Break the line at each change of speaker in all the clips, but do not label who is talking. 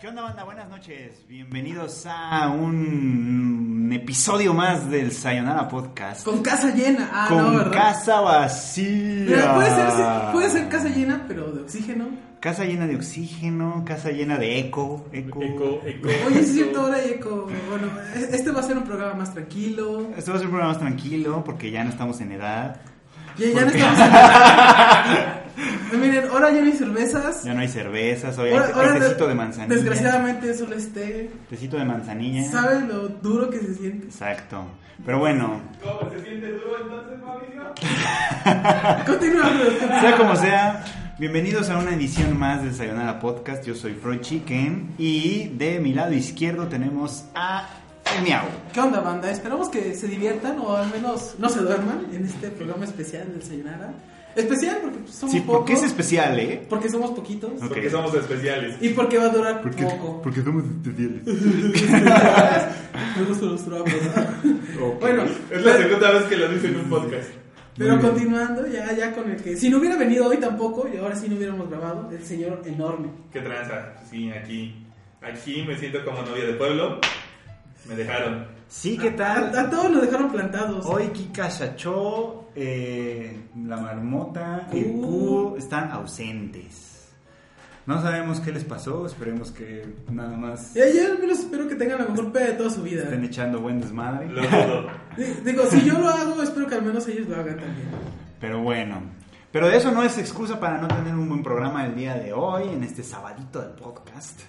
¿Qué onda, banda? Buenas noches. Bienvenidos a un episodio más del Sayonara Podcast.
Con casa llena. Ah,
con
no, ¿verdad?
casa
Mira,
vacía.
puede, ser, puede ser casa llena, pero de oxígeno.
Casa llena de oxígeno, casa llena de eco. Eco.
Eco, eco.
Oye, sí es cierto, ahora hay eco. Bueno, este va a ser un programa más tranquilo.
Este va a ser un programa más tranquilo porque ya no estamos en edad.
Ya, ya no estamos en- Miren, ahora ya no hay cervezas.
Ya no hay cervezas. Hoy hay,
Ahora-
hay
ahora
tecito
de-
de manzanilla.
Desgraciadamente solo es té.
Tecito de manzanilla.
¿Sabes lo duro que se siente?
Exacto. Pero bueno,
¿Cómo se siente duro entonces, Mauricio?
Continuamos.
sea como sea, bienvenidos a una edición más del Sayonara Podcast. Yo soy Freud Chicken y de mi lado izquierdo tenemos a el Miau.
¿Qué onda, banda? Esperamos que se diviertan o al menos no se duerman en este programa especial del Sayonara. Especial porque pues, somos
Sí,
pocos.
porque es especial, ¿eh?
Porque somos poquitos.
Ok.
Porque somos especiales.
Y porque va a durar poco.
somos especiales.
Me gustan los trapos. ¿no? Bueno,
Es la
pero,
segunda vez que lo dice en un podcast.
pero continuando ya, ya con el que. Si no hubiera venido hoy tampoco, y ahora sí no hubiéramos grabado, el señor enorme.
¿Qué tranza? Sí, aquí. Aquí me siento como novia de pueblo. Me dejaron.
Sí, ¿qué
A,
tal?
a todos nos dejaron plantados.
Hoy Kika Shachó, eh, la marmota, el
Uh.
cubo están ausentes. No sabemos qué les pasó, esperemos que nada más
Y ayer al menos espero que tengan la mejor peda de toda su vida.
estén echando buen desmadre.
Lo dudo.
Di- Digo, si yo lo hago, espero que al menos ellos lo hagan también.
Pero bueno, pero eso no es excusa para no tener un buen programa el día de hoy, en este sabadito del podcast,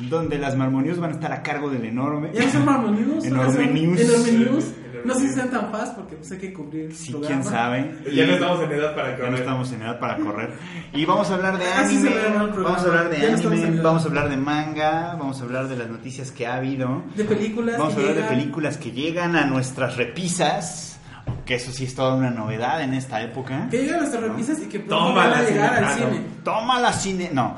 donde las Marmonius van a estar a cargo del enorme.
Ya no son Marvel News. ahora
Enorme
son
News.
Enorme News.
Enorme
No sé si
News.
sean tan fast porque pues hay que cubrir el
Si
programa.
quién sabe.
Ya no estamos en edad para
Ya no
correr.
estamos en edad para correr. Y vamos a hablar de
Así Ah, se
anime,
le llama el programa.
vamos a hablar
Ya
de
no estamos en
anime,
edad.
vamos a hablar de manga, vamos a hablar de las noticias que ha habido.
De películas.
Vamos a
que
hablar de
llegan.
películas que llegan a nuestras repisas, que eso sí es toda una novedad en esta época.
Que llegan nuestras repisas y que pronto van
Tómala,
a llegar al
Cineprano.
cine.
Toma la cine, no,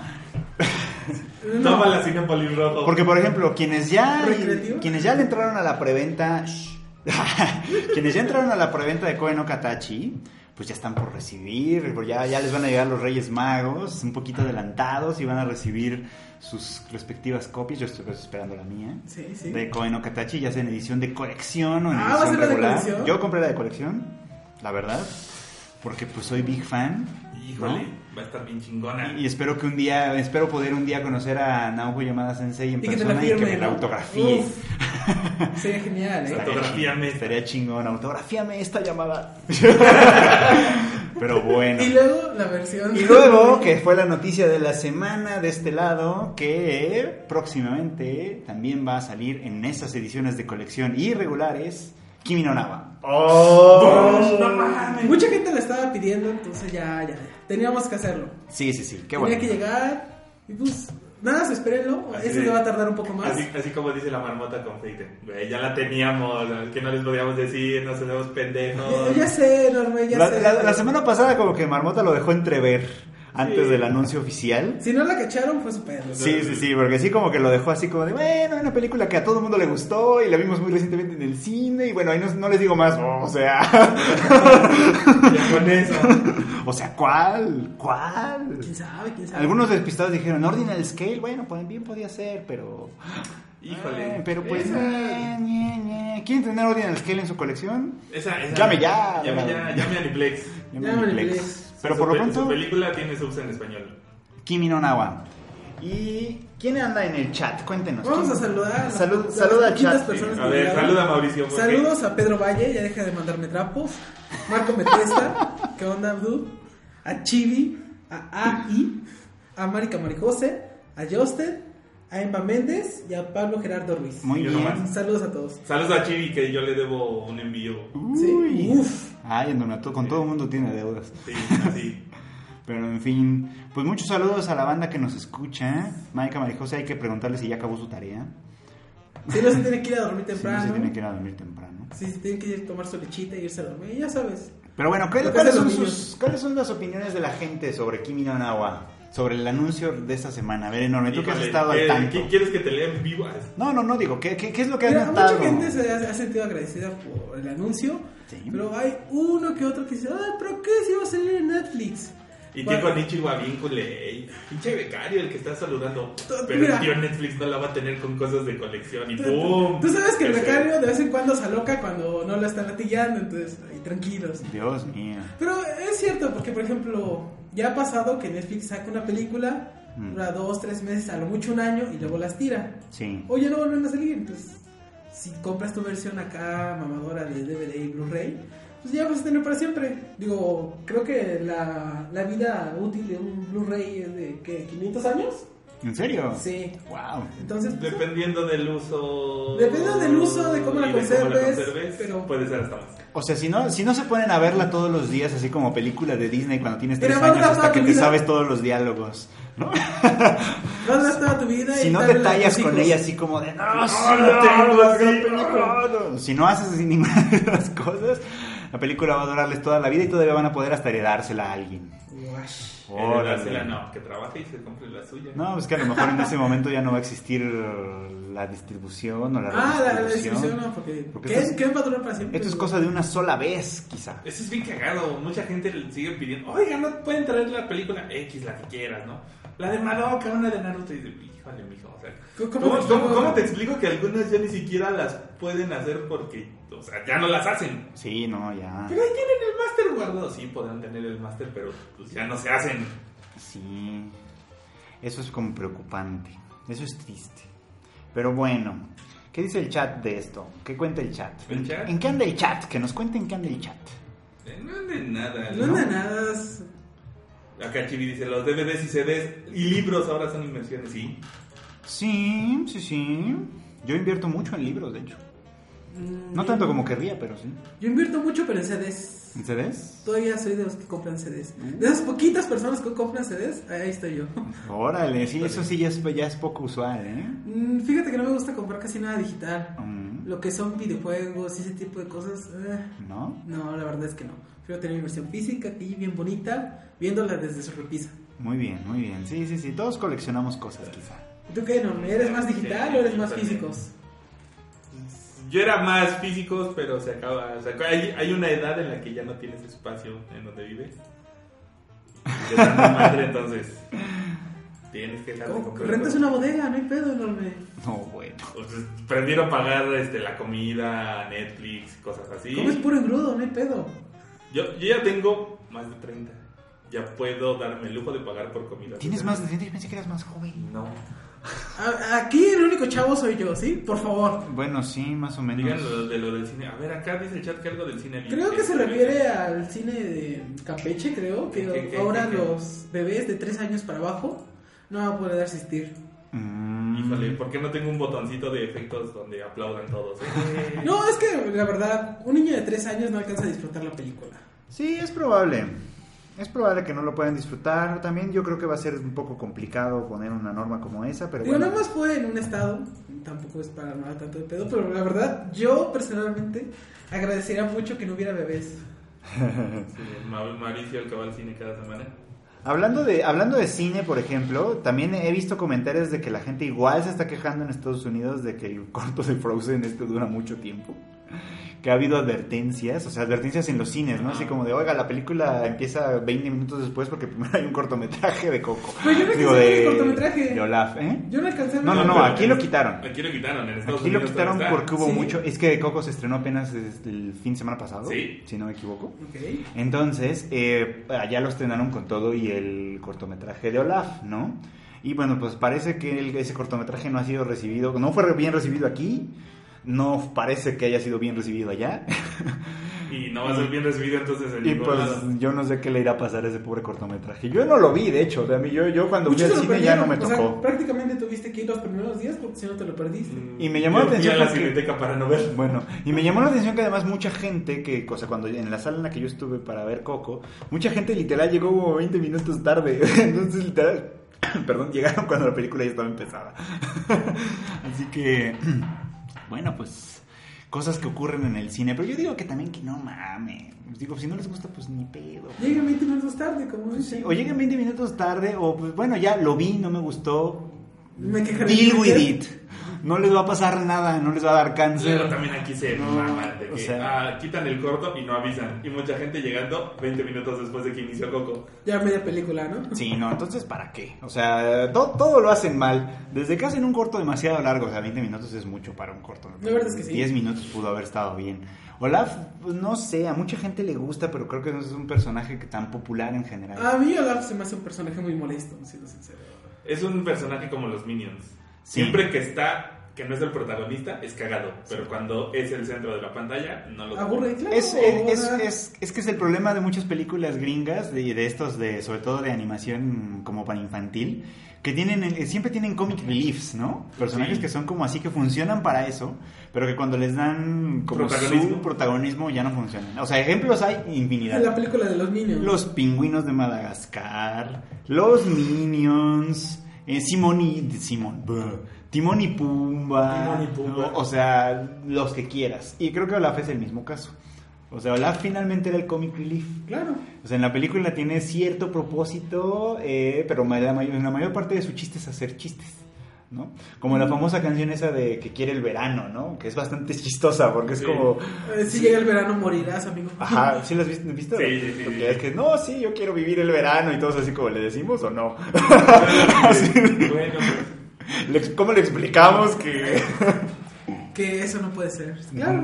No.
Toma la Cinépolis rojo.
Porque, por ejemplo, quienes ya,
¿Recreativo?
quienes ya le entraron a la preventa, shh, Quienes ya entraron a la preventa de Koe no Katachi, pues ya están por recibir, pues ya, ya les van a llegar los Reyes Magos, un poquito adelantados, y van a recibir sus respectivas copias. Yo estoy pues, esperando la mía.
Sí, sí.
De Koe no Katachi, ya sea en edición de colección o en
Ah,
edición
¿va a ser la de
regular.
colección?
Yo compré la de colección, la verdad, porque pues soy big fan.
Híjole,
¿no?
va a estar bien chingona.
Y espero que un día, espero poder un día conocer a Naoko Yamada Sensei en
Y que te
persona
la firme.
y que me la
¿no?
autografíe.
Uf. sería genial, ¿eh?
Autografíame.
Estaría chingón, autografíame esta llamada. Pero bueno.
Y luego la versión.
Y luego, que fue la noticia de la semana de este lado, que próximamente también va a salir en esas ediciones de colección irregulares, Kimi no Nawa.
¡Oh! ¡No mames!
Mucha gente la estaba pidiendo, entonces ya, ya, ya. Teníamos que hacerlo.
Sí, sí, sí, qué
Tenía
bueno.
que llegar. Y pues, nada, más, espérenlo.
Así
Ese
de-
se va a tardar un poco más.
Así, así como dice la marmota con Feite. Güey, ya la teníamos, que no les podíamos decir, nos tenemos
Ya,
pendejos.
ya sé, Norma, ya
La,
sé.
la- la semana pasada como que Marmota lo dejó entrever antes
Sí.
del anuncio oficial.
Si no la cacharon, fue su pedo.
Sí, sí, sí, porque sí como que lo dejó así como de, bueno, una película que a todo el mundo le gustó y la vimos muy recientemente en el cine y bueno, ahí no, no les digo más, o sea,
Ya con eso.
o sea, ¿cuál? ¿Cuál?
¿Quién sabe? ¿Quién sabe?
Algunos despistados dijeron, Ordinal Scale, bueno, pues, bien podía ser, pero...
Híjole.
Eh, pero pues...
Esa-
ñe, ñe, ñe. ¿Quieren tener Ordinal Scale en su colección?
Esa, esa-
Llame ya.
Llame ya, llame a Aniplex.
Llámenme
Llámenme
Plex.
Plex.
Pero
Su
por lo
pe- Su
pronto,
película tiene subs en español.
Kimi no Nawa. ¿Y quién anda en el chat? Cuéntenos.
Pues Vamos a
¿quién?
saludar.
Salud,
Las
saluda al
poquitas
chat.
personas
A
que
ver,
llegaron.
saluda a Mauricio. porque-
Saludos a Pedro Valle, ya deja de mandarme trapos. Marco Metesta, ¿qué onda, Abdu? A Chibi, a AI, a Marica Maricose, a Justin, a Emma Méndez y a Pablo Gerardo Ruiz.
Muy
Yo
bien.
nomás.
Saludos a todos.
Saludos a Chibi, que yo le debo un envío.
Uy.
Uf.
Ay, en Donato, con todo el mundo tiene deudas.
Sí, así.
Pero en fin, pues muchos saludos a la banda que nos escucha. Maica Marijosa, hay que preguntarle si ya acabó su tarea.
Si no se tiene que ir a dormir
Si no
temprano.
se tiene que ir a dormir temprano.
Sí, se tiene que ir a tomar su lechita y irse a dormir, ya sabes.
Pero bueno, ¿cuál-
Lo que
¿cuáles, son
hacen los niños.
sus- cuáles son las opiniones de la gente sobre Kimi no Nawa? Sobre el anuncio de esta semana. A ver, enorme, tú que has
Híjole,
estado al
¿qué-
tanto.
qué- ¿Quieres que te lea en vivo? Ah,
No, no, no, digo, ¿qué, qué, qué es lo que has
Mira,
notado?
mucha gente se ha, ha sentido agradecida por el anuncio,
Sí.
pero hay uno que otro que dice, ay, pero ¿qué si va a salir en Netflix?
Y
Bueno,
Tico Nichiwa bien culé. y Pinche becario el que está saludando.
Tú-
Pero
mira.
el tío Netflix no la va a tener con cosas de colección y
tú-
¡pum!
Tú sabes que el
Ese-
becario de vez en cuando se aloca cuando no la están latillando, entonces, ay, tranquilos.
Dios mío.
Pero es cierto, porque por ejemplo, ya ha pasado que Netflix saca una película,
Mm.
dura dos, tres meses, a lo mucho un año, y luego las tira.
Sí.
O ya no vuelven a salir, entonces, si compras tu versión acá, mamadora de DVD y Blu-ray, pues ya vas a tener para siempre. Digo, creo que la, la vida útil de un Blu-ray es de, ¿qué? ¿500 años?
¿En serio?
Oh. Sí.
Wow.
Entonces, pues,
Dependiendo del uso.
Dependiendo del uso, de cómo la
y
conserves, pero-
Puede ser hasta más.
O sea, si no, si no se ponen a verla todos los días, así como película de Disney cuando tienes
Pero
tres
va a
años
durar
hasta
toda
que
tu
te
vida.
sabes todos los diálogos, ¿no?
vas a toda tu vida
Si
y
no
darle
te tallas
a tus
con
hijos.
ella así como de, no, sí,
no,
la tengo,
no,
la gran
sí,
película". Si no haces así ninguna de las cosas, la película va a durarles toda la vida y todavía van a poder hasta heredársela a alguien.
Guash.
Órale.
Heredársela, no, que trabaje y se compre la suya.
No, pues que a lo mejor en ese momento ya no va a existir uh, la distribución o la
Ah, la, la
redistribución.
descripción no, porque,
Porque
¿qué,
esto es-
¿qué va a durar para siempre?
Esto es cosa de una sola vez, quizá.
Eso es bien cagado. Mucha gente le sigue pidiendo, oiga, no pueden traer la película X, la que quieras, ¿no? La de Madoka, una de Naruto. Y dice, híjole, mijo. O sea,
¿Cómo- cómo
¿cómo,
te
cómo-
explico?
cómo te explico que algunas ya ni siquiera las pueden hacer porque, o sea, ya no las hacen?
Sí, no, ya.
Pero ahí tienen el máster guardado. Sí, podrán tener el máster, pero pues ya no se hacen.
Sí. Eso es como preocupante. Eso es triste. Pero bueno, ¿qué dice el chat de esto? ¿Qué cuenta el chat?
¿El chat?
¿En qué anda el chat? Que nos cuenten qué anda el chat.
Eh, No de nada.
No anda nada. es-
Acá Chibi dice, los DVDs y CDs y libros ahora son inversiones. Sí,
Sí, sí, sí. Yo invierto mucho en libros, de hecho.
mm,
No tanto como querría, pero sí.
Yo invierto mucho, pero en CDs.
¿En CDs?
Todavía soy de los que compran CDs. De esas poquitas personas que compran CDs, ahí estoy yo.
Órale, sí, eso sí ya es, ya es poco usual, ¿eh?
Mm, Fíjate que no me gusta comprar casi nada digital.
Mm,
Lo que son videojuegos y ese tipo de cosas, eh,
¿No?
no, la verdad es que no. Prefiero tener mi versión física aquí, bien bonita, viéndola desde su repisa.
Muy bien, muy bien. Sí, sí, sí. Todos coleccionamos cosas, quizá.
¿Tú qué, no? ¿Eres más digital o eres más
Sí, también.
físicos?
Yo era más físicos, pero se acaba. o sea, hay, hay una edad en la que ya no tienes espacio en donde vives. Y Te dan la madre, entonces. Tienes que dejar de
Oh,
comprar
Rentas
cosas.
una bodega, no hay pedo enorme.
No, bueno.
O sea, prefiero pagar este, la comida, Netflix, cosas así.
Comes puro engrudo, no hay pedo.
Yo, yo ya tengo más de 30. Ya puedo darme el lujo de pagar por comida.
Tienes más de 30 pensé que eras más joven.
No.
A- Aquí el único chavo soy yo, ¿sí? Por favor.
Bueno, sí, más o menos.
Digan lo de lo del cine. A ver, acá dice el chat que algo del cine.
Creo que se refiere al cine de Campeche, creo, que
¿Qué, qué, qué,
ahora
qué, qué?
los bebés de 3 años para abajo no van a poder asistir.
Mm.
Híjole, ¿por qué no tengo un botoncito de efectos donde aplaudan todos? eh?
No, es que la verdad, un niño de 3 años no alcanza a disfrutar la película.
Sí, es probable. Es probable que no lo puedan disfrutar. También yo creo que va a ser un poco complicado poner una norma como esa, pero
Digo,
bueno.
nada más fue en un estado, tampoco es para nada tanto de pedo, pero la verdad, yo personalmente agradecería mucho que no hubiera bebés.
Sí, Ma- Mauricio, el que va al cine cada semana.
Hablando de, hablando de cine, por ejemplo, también he visto comentarios de que la gente igual se está quejando en Estados Unidos de que el corto de Frozen este dura mucho tiempo. Que ha habido advertencias, o sea, advertencias en los cines, ¿no? Así como de, oiga, la película empieza 20 minutos después porque primero hay un cortometraje de Coco.
Pues yo no
Digo,
alcancé a ver
de,
el cortometraje.
de Olaf, ¿eh?
Yo no alcancé a ver
No, no,
la
no,
pero-
película.
aquí lo quitaron.
Aquí lo quitaron, en Estados
Aquí lo
Unidos
quitaron
todavía
porque
está.
hubo
Sí.
mucho. Es que Coco se estrenó apenas este, el fin de semana pasado,
Sí.
si no me equivoco.
Ok.
Entonces, eh, allá lo estrenaron con todo y el cortometraje de Olaf, ¿no? Y bueno, pues parece que el- ese cortometraje no ha sido recibido, no fue bien recibido aquí, no parece que haya sido bien recibido allá.
Y no va a ser bien recibido entonces en
Y
ningún
pues
lado.
yo no sé qué le irá a pasar a ese pobre cortometraje. Yo no lo vi, de hecho, de mí, yo, yo cuando
Muchos
fui
se
al
lo
cine ya no me
perdieron, o sea,
tocó. Mm.
prácticamente tuviste que ir los primeros días porque si no te lo perdiste.
Y me llamó la
Yo fui
atención
a la
porque-
cineteca para no ver.
Bueno, y me llamó la atención que además mucha gente que, o sea, cuando en la sala en la que yo estuve para ver Coco, mucha gente literal llegó como 20 minutos tarde. Entonces, literal, perdón, llegaron cuando la película ya estaba empezada. Así que, bueno, pues cosas que ocurren en el cine, pero yo digo que también que no mames. Digo, si no les gusta, pues ni pedo.
Llega 20 minutos tarde, como dicen.
O llegan 20 minutos tarde o pues bueno, ya lo vi, no me gustó.
me quejaré.
Deal with it. No les va a pasar nada, no les va a dar cáncer.
Pero también aquí se
No,
maman de que
o sea-
ah, quitan el corto y no avisan. Y mucha gente llegando 20 minutos después de que inició Coco.
Ya media película, ¿no?
Sí, no, entonces ¿para qué? O sea, to- todo lo hacen mal. Desde que hacen un corto demasiado largo, o sea, 20 minutos es mucho para un corto.
La verdad es que sí.
10 minutos pudo haber estado bien. Olaf, pues, no sé, a mucha gente le gusta, pero creo que no es un personaje que tan popular en general.
A mí Olaf se me hace un personaje muy molesto, siendo sincero.
Es un personaje como los Minions.
Sí.
Siempre que está, que no es el protagonista, es cagado. Pero cuando es el centro de la pantalla, no lo
Aburre, claro.
Es, es,
o sea,
es- es- es que es el problema de muchas películas gringas, de, de estos, de, sobre todo de animación como para infantil, que tienen el- siempre tienen comic reliefs, ¿no? Personajes
Sí.
que son como así, que funcionan para eso, pero que cuando les dan como
Protagonismo.
su protagonismo ya no funcionan. O sea, ejemplos hay infinidad.
en la película de los niños.
Los pingüinos de Madagascar, los Minions, eh, Simón y Simón, buh, Timón y Pumba,
Timón y Pumba.
O, o sea, los que quieras. Y creo que Olaf es el mismo caso. O sea, Olaf finalmente era el comic relief.
Claro.
O sea, en la película tiene cierto propósito, eh, pero ma- la mayor, la mayor parte de su chiste es hacer chistes, ¿no? Como
Mm.
la famosa canción esa de que quiere el verano, ¿no? Que es bastante chistosa porque es
Sí.
como...
Eh, si llega el verano morirás, amigo.
Ajá, ¿sí las viste? ¿viste?
Sí, sí, sí,
Porque
sí.
es que, no, sí, yo quiero vivir el verano y todos así como le decimos o no.
bueno, pues,
Le- ¿Cómo le explicamos que...?
Que eso no puede ser. Claro.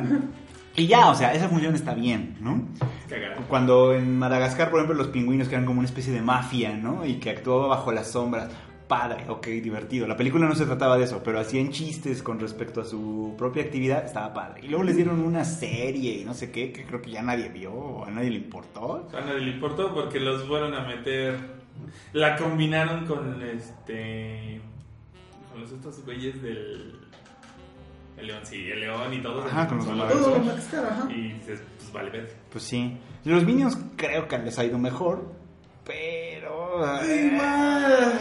y ya, o sea, esa función está bien, ¿no?
cagado.
Cuando en Madagascar, por ejemplo, los pingüinos que eran como una especie de mafia, ¿no? Y que actuaba bajo las sombras. Padre, ok, divertido. La película no se trataba de eso, pero hacían chistes con respecto a su propia actividad, estaba padre. Y luego les dieron una serie y no sé qué, que creo que ya nadie vio, o a nadie le importó.
A nadie Ah, le importó porque los fueron a meter. La combinaron con este. Con los estos güeyes del. El león, sí, el león y todo.
Ajá, con los
Son
dolores.
Todo lo máscara, ajá.
Y dices, pues vale, ver.
Pues sí. Los Minions creo que les ha ido mejor, pero... eh,
Igual.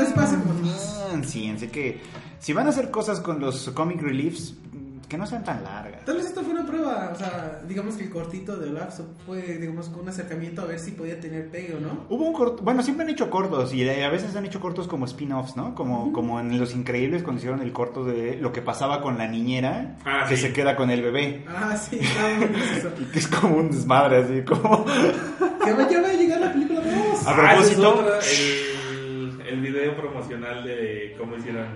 Les pasa como
Mm, Sí, así que si van a hacer cosas con los comic reliefs, mm, que no sean tan largas.
Tal vez esto fue una prueba, o sea, digamos que el cortito de Olaf fue, digamos, un acercamiento a ver si podía tener pegue o no.
Hubo un corto, bueno, siempre han hecho cortos y a veces han hecho cortos como spin-offs, ¿no? Como, como en Los Increíbles cuando hicieron el corto de lo que pasaba con la niñera
Ah,
que
sí.
se queda con el bebé.
Ah, sí, está muy bien eso.
Y que es como un desmadre, así como...
Que va, ya va a llegar la película 2.
A
Ah, ese es
propósito-
otra, el, el video promocional de cómo hicieron.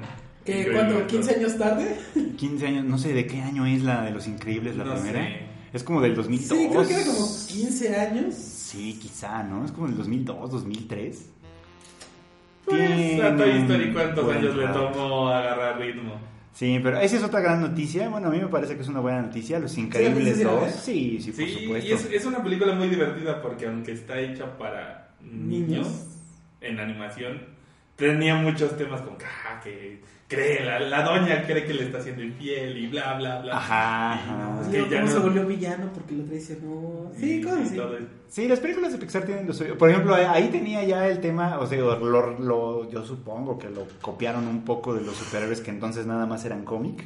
Que
Increíble
cuando
Hulk.
15 años tarde.
15 años, no sé de qué año es la de Los Increíbles, la
No
primera.
sé.
Es como del 2002.
Sí, creo que era como 15 años.
Sí, quizá, ¿no? Es como del 2002, 2003.
Pues a Toy Story, ¿cuántos
Tienen
años le
buen rato.
tomó agarrar ritmo?
Sí, pero esa es otra gran noticia. Bueno, a mí me parece que es una buena noticia. Los Increíbles
¿Sí la
2.
ves?
Sí, sí, por
Sí,
supuesto.
y es, es una película muy divertida porque aunque está hecha para niños,
Niños.
en animación, tenía muchos temas como que, ah, que cree, la, la doña cree que le está haciendo infiel y bla, bla, bla.
Ajá,
Y no,
ajá.
es que
Luego,
ya
Pues ¿Cómo
no-
se volvió villano porque lo traicionó? Sí,
y-
cosas así.
y todo eso.
Sí, las películas de Pixar tienen lo suyo. Por ejemplo, ahí- ahí tenía ya el tema, o sea, lo- lo- yo supongo que lo copiaron un poco de los superhéroes que entonces nada más eran cómic.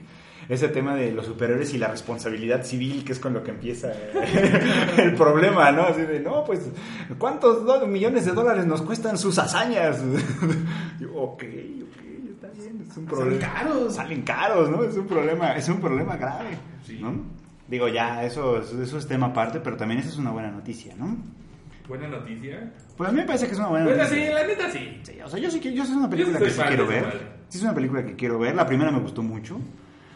Ese tema de los superhéroes y la responsabilidad civil, que es con lo que empieza eh, el problema, ¿no? Así de, no, pues, ¿cuántos do- millones de dólares nos cuestan sus hazañas? Yo, ok, ok, está bien, es un
Son
problema.
caros.
Salen caros, ¿no? Es un problema, es un problema grave,
Sí.
¿no? Digo, ya, eso, es- eso es tema aparte, pero también esa es una buena noticia, ¿no?
Buena noticia.
Pues a mí me parece que es una buena
Bueno, sí,
película.
la neta sí.
Sí, o sea, yo sí que yo sí es una película
Yo
que
sí
sí
soy fan
quiero
de
ver.
esa madre.
Sí es una película que quiero ver. La primera me gustó mucho.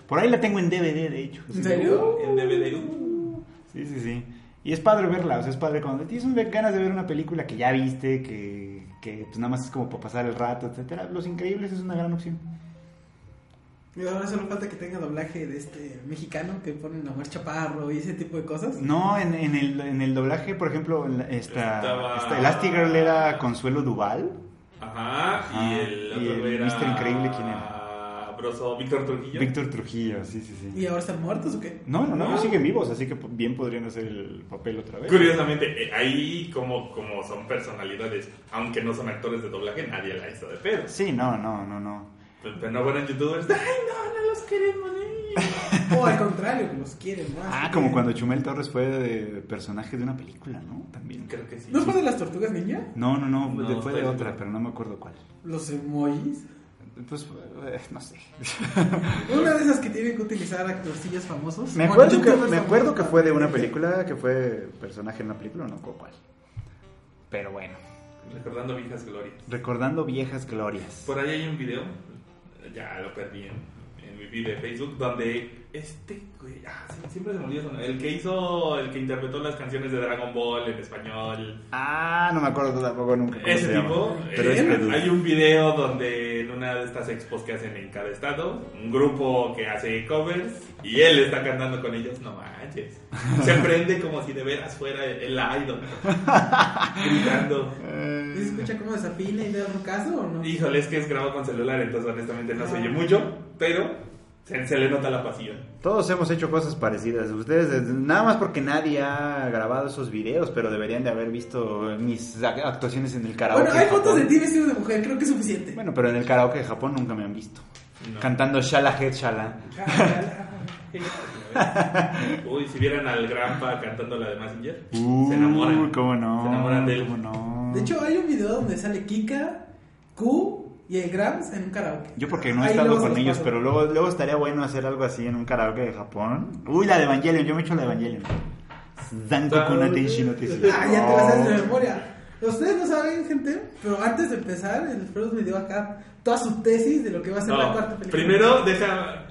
Por ahí la tengo en DVD, de hecho.
¿En serio?
En DVD. uh.
Sí, sí, sí. Y es padre verla, o sea, es padre cuando tienes un- ganas de ver una película que ya viste, que, que pues nada más es como para pasar el rato, etcétera. Los Increíbles es una gran opción.
Y ahora solo falta que tenga doblaje de este mexicano que ponen a Omar Chaparro y ese tipo de cosas.
No, en, en el, en el doblaje, por ejemplo, en la- esta,
Estaba-
esta Elastigirl era Consuelo Duval.
Ajá,
Ajá,
y el
y
otro
el
era...
Mr. Increíble, ¿quién era?
Broso, Víctor Trujillo.
Víctor Trujillo, sí, sí, sí.
¿Y ahora están muertos o qué?
No, no, no,
No.
siguen vivos, así que bien podrían hacer el papel otra vez.
Curiosamente, eh, ahí como, como son personalidades, aunque no son actores de doblaje, nadie la hizo de pedo.
Sí, no, no, no, no.
Pero pero no fueron youtubers. ¡Ay, no, no los queremos! eh".
O al contrario, que los quieren más.
Ah, como cuando Chumel Torres fue de personaje de una película, ¿no? También.
Creo que sí.
¿No fue de las tortugas niña?
No, no, no,
No,
de- fue de
estoy
otra,
seguro.
pero no me acuerdo cuál.
Los emojis.
Pues, eh, no sé.
Una de esas que tienen que utilizar actorcillas famosos.
Me
O
acuerdo, que,
youtubers
me acuerdo
famosos
que
para-
fue de una película, que fue personaje en una película, no me acuerdo cuál. Pero bueno,
Recordando viejas glorias.
recordando viejas glorias.
Por ahí hay un video, ya lo perdí en, en mi feed de Facebook, donde este güey, ah, sí, siempre se me olvida su nombre, el que hizo, el que interpretó las canciones de Dragon Ball en español,
Ah, no me acuerdo tampoco nunca. cómo
Ese
se llama.
tipo,
Pero
eh,
es peludo.
hay un video donde en una de estas expos que hacen en cada estado, un grupo que hace covers y él está cantando con ellos, no manches. Se prende como si de veras fuera el idol. Gritando.
Eh,
¿Y se escucha como desafina y da un caso o no?
Híjole, es que es grabado con celular, entonces honestamente no se oye mucho, pero se, se le nota la pasión.
Todos hemos hecho cosas parecidas. Ustedes, eh, nada más porque nadie ha grabado esos videos, pero deberían de haber visto mis ac- actuaciones en el karaoke.
Bueno, hay
de Japón.
fotos de ti vestido de mujer, creo que es suficiente.
Bueno, pero en el karaoke de Japón nunca me han visto.
No.
Cantando Shala Head Shala.
Uy, si vieran al Grampa cantando la de Messenger,
Uy,
se enamoran.
Uh, ¿Cómo no?
Se enamoran de él.
¿Cómo no?
De hecho, hay un video donde sale Kika, Q y el Grams en un karaoke.
Yo porque no he
Ahí
estado
luego se
con
los
ellos,
paso.
pero luego, luego estaría bueno hacer algo así en un karaoke de Japón. Uy, la de Evangelion, yo me echo la de Evangelion. Dankoku no Tenshi no Tetsu.
Ah, ya te la sabes de memoria. Ustedes no saben, gente, pero antes de empezar, el Freud me dio acá toda su tesis de lo que va a ser la cuarta
No,
película.
primero deja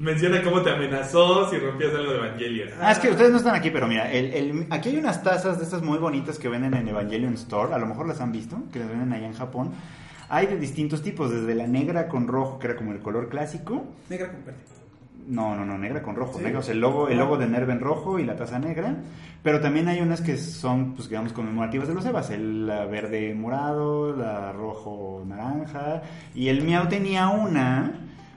menciona cómo te amenazó si rompías algo de Evangelion.
Ah, es que ustedes no están aquí, pero mira, el, el- aquí hay unas tazas de estas muy bonitas que venden en Evangelion Store, a lo mejor las han visto, que las venden allá en Japón. Hay de distintos tipos, desde la negra con rojo, que era como el color clásico.
Negra con verde.
No, no, no, negra con rojo,
Sí.
negra, o sea, el logo, el logo de Nerve en rojo y la taza negra. Pero también hay unas que son, pues, digamos, conmemorativas de los Evas, el la verde morado, la rojo naranja. Y el Miau tenía una,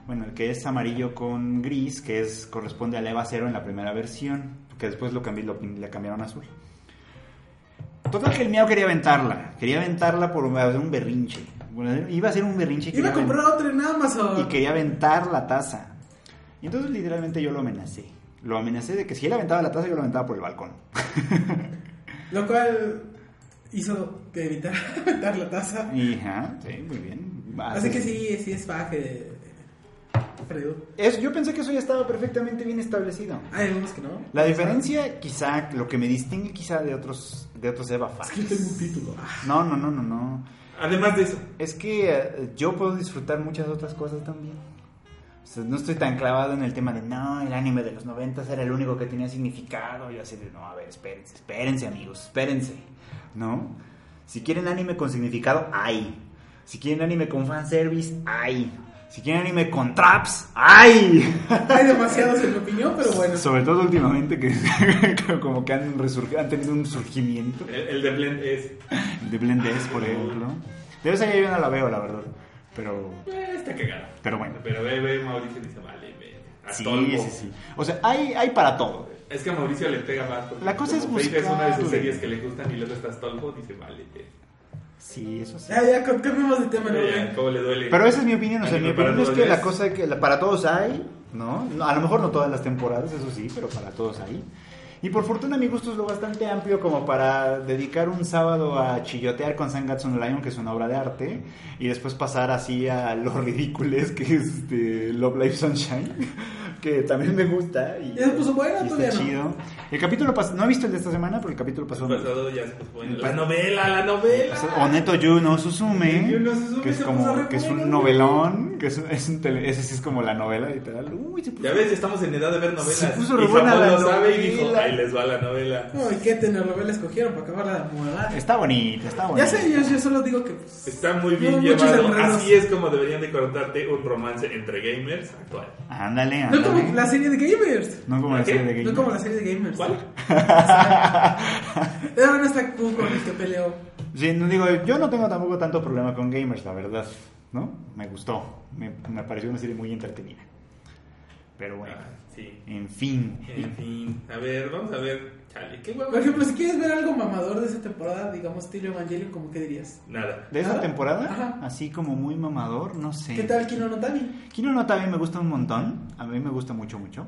bueno, el que es amarillo con gris, que es corresponde al Eva cero en la primera versión, que después lo, cambi- lo pin- le cambiaron a azul. Total que el Miau quería aventarla, quería aventarla por un, un berrinche. Bueno, iba a ser un berrinche. y quería
Iba a comprar otra en Amazon.
y quería aventar la taza. Y entonces literalmente yo lo amenacé. Lo amenacé de que si él aventaba la taza, yo lo aventaba por el balcón.
Lo cual hizo que evitar aventar la taza.
Y, ajá, sí, muy bien.
Así que Ah, sí, sí es faje, Fredo.
Es, yo pensé que eso ya estaba perfectamente bien establecido.
Hay algunos que no.
La diferencia, quizá, lo que me distingue quizá de otros, de otros Eva
Es
fans.
que yo tengo un título. Ah,
No, no, no, no, no.
Además de eso,
Es que eh, yo puedo disfrutar muchas otras cosas también. O sea, no estoy tan clavado en el tema de no, el anime de los noventas era el único que tenía significado. Yo así de no, a ver, espérense, espérense, amigos, espérense. ¿No? Si quieren anime con significado, hay. Si quieren anime con fanservice, hay. Si quieren anime con traps, hay.
Hay demasiados en mi opinión, pero bueno.
Sobre todo últimamente que como que han, resurg- han tenido un surgimiento.
el, el de Blend es.
El de Blendes, por ejemplo. De vez en cuando yo no la veo, la verdad. Pero,
eh, está cagada.
pero bueno.
Pero ve, ve, Mauricio dice, vale, ve. A
Sí,
Tolbo.
sí, sí. O sea, hay, hay para todo.
Es que a Mauricio le pega más. porque
La cosa es
como Fate Es una de sus
buscarle.
series que le gustan y luego estás Tolbo, dice, vale, ve.
Sí, eso sí.
Ya, ya, con- cambiemos de tema, ¿no?
Ya, ¿Cómo le duele?
Pero esa es mi opinión. O sea,
Anime
mi
para
opinión es
todos
que la
es-
cosa es que la- para todos hay, ¿no? No, A lo mejor no todas las temporadas, eso sí, pero para todos hay. Y por fortuna mi gusto es lo bastante amplio como para dedicar un sábado a chillotear con Sangatsu no Lion, que es una obra de arte, y después pasar así a lo ridículos que es este, Love Life Sunshine, que también me gusta. Y,
Ya se puso bueno,
y está
todavía no.
chido. El capítulo pas- no he visto el de esta semana, pero el capítulo
El
pasó.
pasado ya se puso bueno.
El
La
pas-
novela, la novela.
O Neto Yu no Suzume,
Yu no Suzume
que es
se puso
como
re
que es un
bueno.
novelón, que es, un- es un tele- ese sí es como la novela literal. Uy, se puso-
Ya ves, ya estamos en edad de ver novelas.
Se puso re
y
buena
Japón
la
lo sabe y dijo,
novela.
ahí les va la novela.
No, ¿y qué telenovela escogieron para acabarla de acomodar?
Está bonita, está bonita.
Ya sé, yo, yo solo digo que. pues,
Está muy
no,
bien
muchos
llevado.
enredos.
Así es como deberían de cortarte un romance entre gamers actual.
Ándale,
No
ándale.
como la serie de gamers.
No como la
¿Qué?
serie de
No
Game.
como la serie de gamers.
¿Cuál?
Era no está Q con el que peleó.
Sí, no digo, yo no tengo tampoco tanto problema con gamers, la verdad, ¿no? Me gustó, me, me pareció una serie muy entretenida. Pero bueno,
Ah, sí.
en fin.
En fin, a ver, vamos a ver. Chale, qué hueva.
Por ejemplo, si quieres ver algo mamador de esa temporada, digamos estilo Evangelion, ¿cómo qué dirías?
Nada.
De esa
Ajá,
temporada,
Ah. ajá.
así como muy mamador, no sé.
¿Qué tal Kino Notami?
Kino no también me gusta un montón, a mí me gusta mucho, mucho.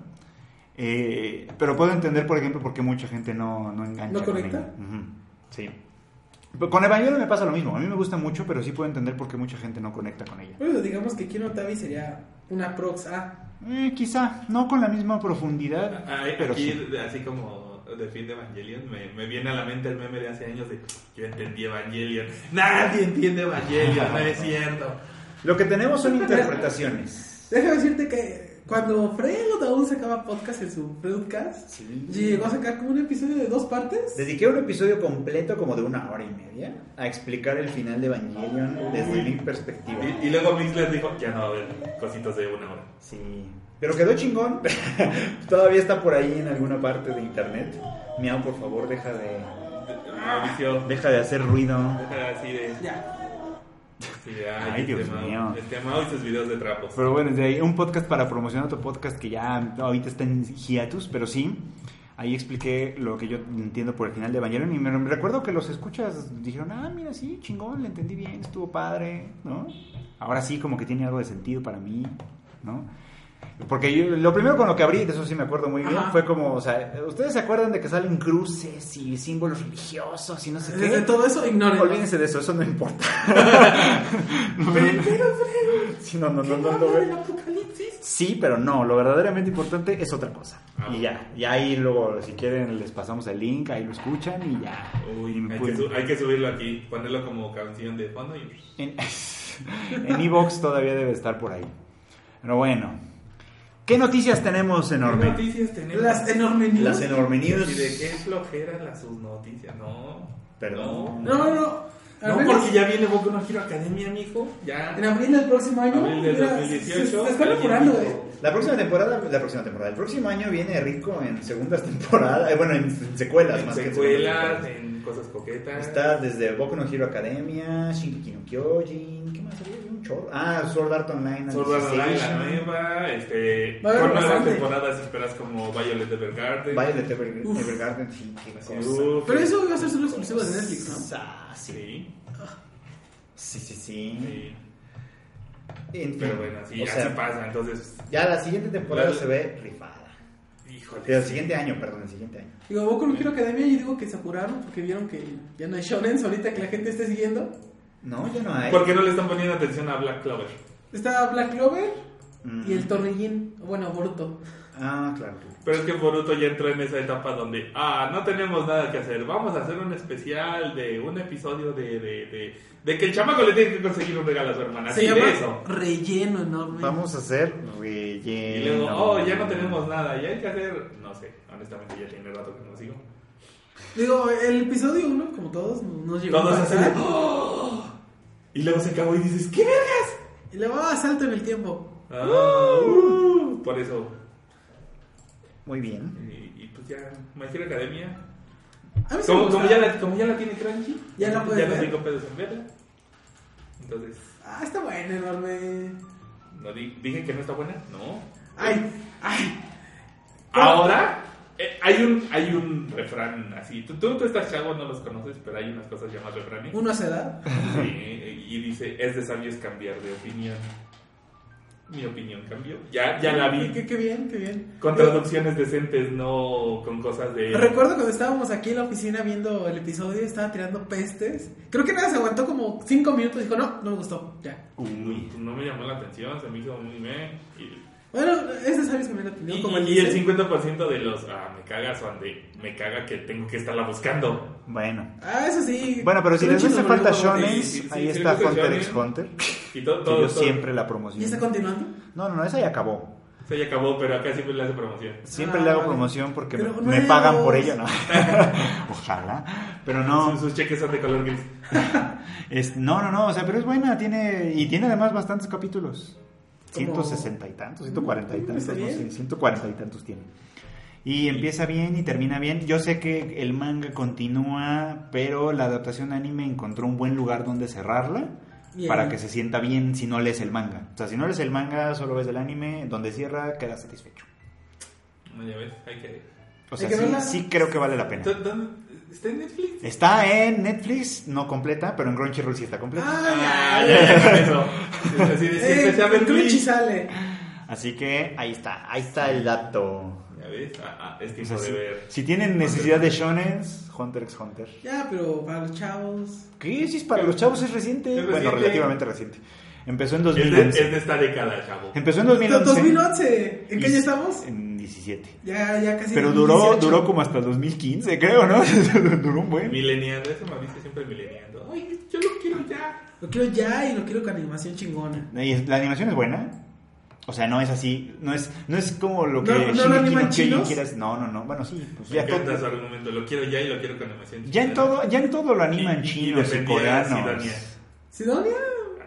Eh, pero puedo entender, por ejemplo, por qué mucha gente no, no engancha.
¿No
con
conecta?
ella. Ujú, Sí. Pero Con Evangelion me pasa lo mismo, a mí me gusta mucho, pero sí puedo entender por qué mucha gente no conecta con ella.
Bueno, digamos que Kino Notami sería una prox Ah, A.
Eh, quizá, no con la misma profundidad,
Ah, ah,
pero
aquí,
sí.
de- así como de fin de Evangelion, me, me viene a la mente el meme de hace años de yo entendí Evangelion. Nadie entiende Evangelion, no es cierto.
Lo que tenemos son interpretaciones.
Déjame decirte que cuando Fredo aún sacaba podcast en su Fredcast,
Sí.
llegó a sacar como un episodio de dos partes.
Dediqué un episodio completo, como de una hora y media, a explicar el final de Evangelion desde mi perspectiva.
Y, y luego Mix les dijo, ya no va a haber cositas de una hora.
Sí. Pero quedó chingón. Todavía está por ahí en alguna parte de internet. Miau, por favor, deja de.
Mauricio,
Deja de hacer ruido.
deja así de...
Ah. Ya.
Sí, ay,
Ay, Dios
este Mau-
mío.
Este Mao y sus videos de trapos.
Pero bueno, de ahí un podcast para promocionar otro podcast que ya ahorita está en hiatus, pero sí. Ahí expliqué lo que yo entiendo por el final de Evangelion y me me recuerdo que los escuchas dijeron, ah, mira, sí, chingón, le entendí bien, estuvo padre, ¿no? Ahora sí, como que tiene algo de sentido para mí, ¿no? Porque yo, lo primero con lo que abrí, de eso sí me acuerdo muy bien,
Ajá.
fue como, o sea, ¿ustedes se acuerdan de que salen cruces y símbolos religiosos y no sé qué?
Desde todo eso, ignoren.
Olvídense de eso, eso no importa. No,
Pero,
no,
pero, Fredo,
sí, no, no,
¿qué
no, no,
habla
no,
del apocalipsis?
Sí, pero no, lo verdaderamente importante es otra cosa.
Ah.
Y ya, y ahí luego, si quieren, les pasamos el link, ahí lo escuchan y ya. Pues,
Uy,
Y me
hay, que
pueden-
su- hay que subirlo aquí, ponerlo como canción de fondo y...
En en Evox todavía debe estar por ahí. Pero bueno, ¿qué noticias tenemos
¿Qué
enorme?
noticias tenemos?
Las enormes news.
enorme
Y de qué flojera las sus noticias, no.
Perdón.
No, no, no.
No,
Apenas-
porque ya viene Boku no Hero Academia, mijo. Ya.
En abril del próximo año.
Abril del
mira,
2018.
se- Se, están apurando, eh.
La próxima temporada, la próxima temporada, el próximo año viene rico en segundas temporadas, eh, bueno, en secuelas
eh.
En
que en
secuelas, en cosas coquetas.
Está desde Boku no Hero Academia, Shingeki no Kyojin, ¿qué más había? Un chorro. Ah, Sword Art Online.
Sword Art Online, la
Alicization,
nueva. Este,
Va a haber
con nuevas
bastante.
temporadas esperas como Violet Evergarden.
Violet Ever-
Uf.
Evergarden, sí, qué
Así, uh.
cosa.
uf,
Pero eso va a ser solo exclusivo de Netflix, ¿no?
Ah, sí.
Sí,
Sí, sí, sí.
sí.
En fin.
Pero bueno, así,
O
así
sea,
pasa. Entonces,
Ya la siguiente temporada
La-
se ve rifada.
híjole.
El siguiente año, perdón, el siguiente año.
Digo, Boku no Hero Academia, yo digo que se apuraron porque vieron que ya no hay shonen ahorita que la gente esté siguiendo.
No, ya no hay.
¿Por qué no le están poniendo atención a Black Clover?
Está Black Clover
Mm.
y el Tornillín, bueno, Boruto.
Ah, claro.
Pero es que Boruto ya entró en esa etapa donde, ah, no tenemos nada que hacer, vamos a hacer un especial de un episodio de, de, de, de que el chamaco le tiene que conseguir un regalo a su hermana.
Se
Así
llama
de Ah, eso.
Relleno Enorme.
Vamos a hacer
Y
relleno.
luego, oh, ya no tenemos nada, ya hay que hacer, no sé, honestamente ya tiene rato que no sigo.
Digo, el episodio 1, como todos, nos llegó
Todos
a
hacen
pasar.
de, "Oh", Y luego se acabó y dices, ¿qué vergas?
Y le va a salto en el tiempo.
Ah, uh, por eso.
Muy bien.
Y, y pues ya, My Hero Academia.
A mí sí
Como,
me
como
gusta.
ya la, como ya la tiene Crunchy,
Ya la puedes
ya no
ver.
tengo pedos en verla. Entonces,
Ah, está bueno, enorme.
no di- dije que no está buena, no.
Ay, ay. Ah.
Ahora, eh, hay, un, hay un refrán así. Tú, tú, tú estás chavo, no los conoces, pero hay unas cosas llamadas refranes.
Uno se da.
Sí, y dice, es de sabios cambiar de opinión. Mi opinión cambió. Ya, ya la vi.
Qué, qué bien, qué bien.
Con
Digo,
traducciones decentes, no con cosas de...
Recuerdo cuando estábamos aquí en la oficina viendo el episodio, estaba tirando pestes. Creo que nada, se aguantó como 5 minutos y dijo, no, no me gustó, ya.
Uy, No me llamó la atención, se me hizo muy meh. Y,
Bueno, es necesario que me lo
y-
opinión, como
y el
dice.
50% de los, ah, me caga, son de, me caga que tengo que estarla buscando.
Bueno.
Ah, eso sí.
Bueno, pero si les
Crunchy
hace
nos
falta
volvió como-
shonen,
Sí, sí, sí,
ahí
sí,
está
creo que
Hunter
shonen.
x Hunter,
Y todo,
que
todo,
yo
todo.
siempre la
¿Y está
promociono.
continuando?
No, no, no, esa ya acabó.
Se ya acabó, pero acá siempre le hace promoción.
Siempre
Ah,
le hago
vale.
promoción porque me,
Pero
me
no.
pagan por ello, ¿no? Ojalá. Pero no,
Sus, sus cheques son de color gris.
es, no, no, no, o sea, pero es buena, tiene, y tiene además bastantes capítulos.
Como-
160 y tantos, 140 y
Mm,
tantos,
está
no
bien.
sé, 140 y tantos tiene. Y empieza bien y termina bien. Yo sé que el manga continúa, pero la adaptación anime encontró un buen lugar donde cerrarla
Bien.
para que se sienta bien si no lees el manga. O sea, si no lees el manga, solo ves el anime, donde cierra, queda satisfecho.
No, ya ves, hay que...
O sea,
que
sí,
verla.
sí creo que vale la pena.
¿Dó- dónde- ¿Está en Netflix?
Está en Netflix, no completa, pero en Crunchyroll sí está completa.
Ah,
Ah,
ya,
ya.
ya, con eso. Así de, si empecé a ver
Eh, Crunchy
Bleach.
sale. Ah.
Así que ahí está, ahí está el dato.
Ya ves, ah, ah, es
O
tiempo
sea,
de
si,
ver.
si tienen necesidad de shonens, Hunter x Hunter.
Ya, pero para los chavos.
¿Qué? Si es para los chavos es reciente.
Es
bueno,
reciente.
relativamente reciente. Empezó en
Es de,
2011.
es de esta década, chavo.
Empezó en 2011.
2011. ¿En qué año
Y-
estamos?
En 17.
Ya, ya casi.
Pero duró,
18.
duró como hasta el 2015, creo, ¿no? duró un buen.
Mileniando, eso me dice siempre mileniando. Ay, yo lo quiero ya.
Lo quiero ya y lo quiero con animación chingona.
Y es- La animación es buena. O sea, no es así, no es, no es como lo que
No, no lo
Shingeki no
animan
Kyojin
chinos.
quieras. No, no, no. Bueno, sí, pues
Me
ya
encanta su
todo,
argumento. Lo quiero ya y lo quiero con animación.
ya en
chilena.
todo, ya en todo lo animan
Y- y- y
chinos y,
defendía a
coreanos.
Sidonia.
¿Sidonia?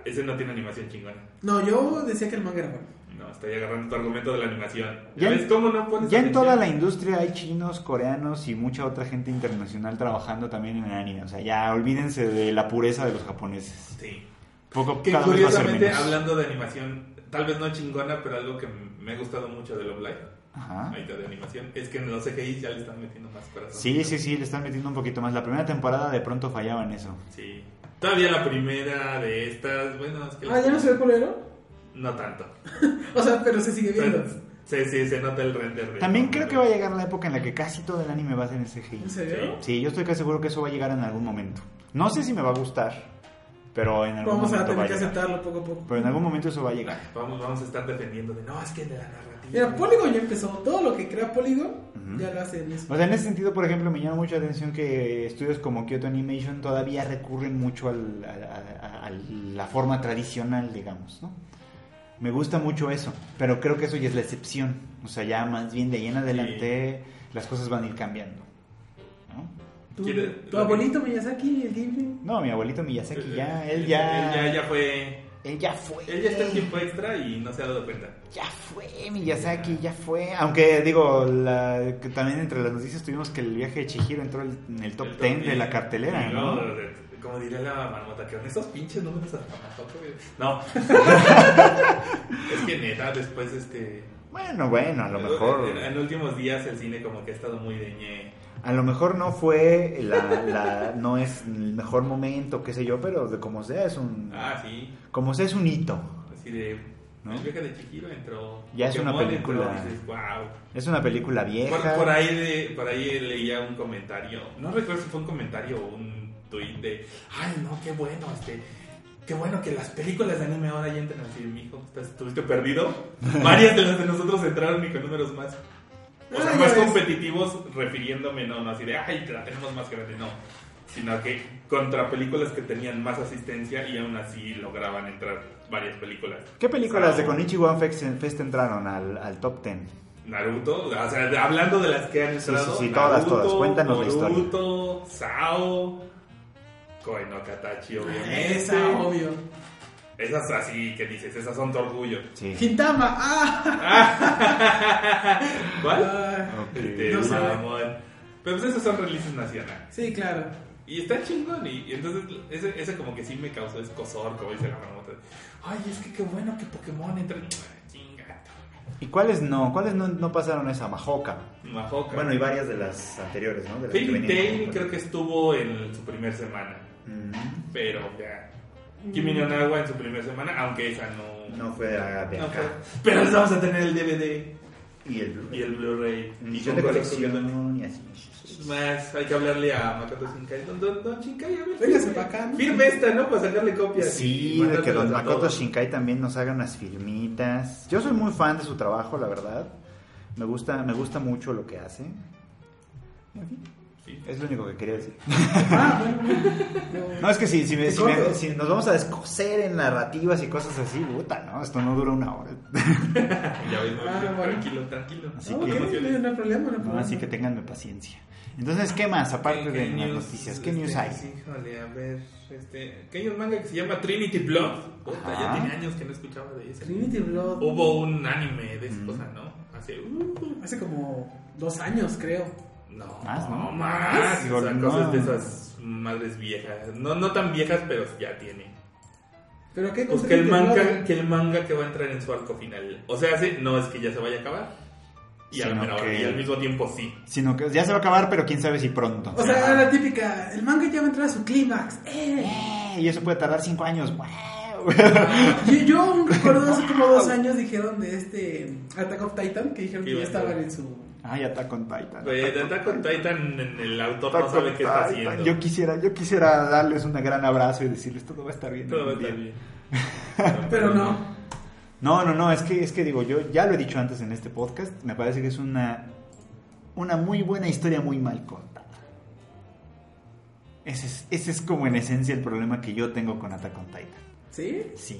Ese no tiene animación chingona.
No, yo decía que el manga era bueno.
No, estoy agarrando tu argumento de la animación.
Ya
¿Ya
en-
ves cómo no pones
Ya en
atención?
toda la industria hay chinos, coreanos y mucha otra gente internacional trabajando también en el anime. O sea, ya olvídense de la pureza de los japoneses.
Sí.
Poco
Que
cada vez va a ser
curiosamente,
menos.
hablando de animación, tal vez no chingona, pero algo que me ha gustado mucho de Love Live,
Ajá.
ahorita de animación, es que en los CGI ya le están metiendo más corazón.
Sí, sí, sí, le están metiendo un poquito más. La primera temporada de pronto fallaba en eso.
Sí. Todavía la primera de estas, bueno, es que...
Ah, ya no se ve culero.
No tanto.
O sea, pero se sigue viendo.
Pero sí, sí, se nota el render. de-
También creo que va a llegar la época en la que casi todo el anime va a ser en CGI.
¿En serio?
Sí, yo estoy casi seguro que eso va a llegar en algún momento. No sé si me va a gustar, pero en algún
Vamos
momento
a
va
tener
a
que
llegar.
aceptarlo poco a poco.
Pero en algún momento eso va a llegar.
Vamos, vamos a estar defendiendo de, no, es que de la narrativa...
Mira, Polygon ya empezó. Todo lo que crea Polygon
Ujú.
ya lo hace en eso.
O sea, en ese sentido, por ejemplo, me llama mucho la atención que estudios como Kyoto Animation todavía recurren mucho al- a, a- a- a la forma tradicional, digamos, ¿no? Me gusta mucho eso, pero creo que eso ya es la excepción. O sea, ya más bien de ahí en adelante las cosas van a ir cambiando. ¿no?
Tu,
¿Quiere-
tu abuelito Miyazaki, el Ghibli.
No, mi abuelito Miyazaki ya, él
Eh, Él ya,
ya,
ya fue...
él ya fue.
Él ya está en tiempo extra y no se ha dado cuenta.
Ya fue, Miyazaki, ya fue. Aunque digo, la- que también entre las noticias tuvimos que el viaje de Chihiro entró el- en el top
El
10 de
10.
la cartelera,
Y
¿no?
luego, de- Como diría la marmota, que con esos pinches números a Tamatoco, güey. No. es que neta, después este.
Bueno, bueno, a lo mejor.
En, en últimos días el cine como que ha estado muy de ñe.
A lo mejor no fue la, la- no es el mejor momento, qué sé yo, pero de como sea es un
Ah, sí.
como sea es un hito.
sí Así de.
¿No?
El viaje de Chihiro entró.
Ya es una película.
entró, y dices, "Guau".
Es una película vieja.
Por, por ahí de- por ahí leía un comentario, no recuerdo si fue un comentario o un tuit de, ay no, qué bueno, este, qué bueno que las películas de anime ahora ya entran así, mijo, ¿estás- estuviste perdido. Varias de las de nosotros entraron y con números más. O sea,
Ah, ya
más
ves.
competitivos, refiriéndome, no, no así de, ay, te la tenemos más grande, no. Sino que contra películas que tenían más asistencia y aún así lograban entrar varias películas.
¿Qué películas
O
de
sea,
Konichi One Fest, Fest entraron al, al top 10?
Naruto, o sea, de- hablando de las que han
Sí,
entrado.
sí, sí, todas,
Naruto,
todas. Cuéntanos la historia.
Boruto, Sao, Koe no Katachi, obviamente.
Ah, Esa, obvio.
Esas así que dices, esas son tu orgullo.
Sí.
Gintama, ah.
¿Cuál?
Ok.
Este,
No sé.
mamón. Pero pues esas son releases nacionales.
Sí, claro.
Y está chingón. Y, y entonces ese, ese como que sí me causó escosor, como dice la mamota. Ay, es que qué bueno que Pokémon entra. Ah, Chinga.
¿Y cuáles no? ¿Cuáles no, no pasaron esa? Majoka.
Mahoka.
Bueno, y varias de las anteriores, ¿no? De las que
Fairy
venían.
Tail creo que estuvo en su primer semana.
Mm,
Pero ya. Kimi no Nawa en su primera semana, aunque esa no.
No fue a de
no
acá.
fue. Pero les vamos a tener el DVD
Y el
y el Blu-ray. Y
Edición
con
Mm, de
colección. Pues
colección y así.
Más, hay que hablarle a Makoto Shinkai. Don, don, don Shinkai, a ver.
Véngase
firme.
para acá, ¿no?
Firme esta, ¿no? Para sacarle copias. y
Sí, de que
mandárselas
Don
a
Makoto
todos.
Shinkai también nos haga unas filmitas. Yo soy muy fan de su trabajo, la verdad. Me gusta, me gusta mucho lo que hace. En fin,
Sí.
es lo único que quería decir.
Ah, bueno. No.
No, es que si, si, me-
¿Qué
si me-
cosa?
si nos vamos a descoser en narrativas y cosas así, puta, ¿no? Esto no dura una hora.
Ya ves, no,
Ah,
ya,
bueno.
tranquilo, tranquilo.
Así
Ah,
que-
ok,
No emociones.
no hay problema, no hay
No,
problema.
así que ténganme paciencia. Entonces, ¿qué más? Aparte
¿Qué-
de
qué
las
news,
noticias, ¿qué
este,
news hay?
Híjole, a ver. Este, que hay un manga que se llama Trinity Blood. Puta, ya
Ajá.
tiene años que no escuchaba de ese.
Trinity Blood.
Hubo un anime de esa
Mm.
cosa, ¿no? Hace. uh,
Hace como dos años, creo.
no,
Más, ¿no?
Más.
Digo,
o sea,
no.
cosas de esas madres viejas. No, no tan viejas, pero ya tiene.
¿Pero qué
Pues
cosa
que el,
Trinity Blood?
manga, que el manga que va a entrar en su arco final. O sea, sí, no es que ya se vaya a acabar. Y, al,
Sino
mera hora,
que-
y al mismo tiempo sí.
Sino que ya se va a acabar, pero quién sabe si pronto.
O sea, la típica. El manga ya va a entrar a su clímax. ¡Eh!
Eh, y eso puede tardar cinco años. ¡Wow!
Yo, yo aún recuerdo hace como dos años dijeron de este Attack of Titan que dijeron que
Iba
ya
a
estaban
entrar.
en su.
Ay, Attack on Titan.
Pues, de Attack on Titan, en el autor no sabe qué está
Titan.
haciendo.
Yo quisiera, yo quisiera darles un gran abrazo y decirles todo va a estar bien.
Todo
algún día".
está bien.
Pero no.
No, no, no, es que, es que digo, yo ya lo he dicho antes en este podcast, me parece que es una, una muy buena historia muy mal contada. Ese es, ese es como en esencia el problema que yo tengo con Attack on Titan.
¿Sí?
Sí.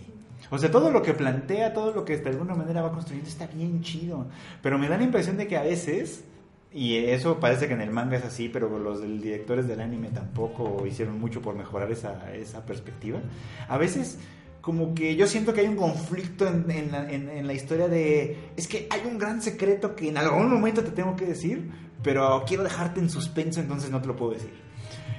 O sea, todo lo que plantea, todo lo que de alguna manera va construyendo está bien chido. Pero me da la impresión de que a veces, y eso parece que en el manga es así, pero los del- directores del anime tampoco hicieron mucho por mejorar esa, esa perspectiva. A veces, como que yo siento que hay un conflicto en, en la, en- en la historia de. Es que hay un gran secreto que en algún momento te tengo que decir, pero quiero dejarte en suspenso, entonces no te lo puedo decir.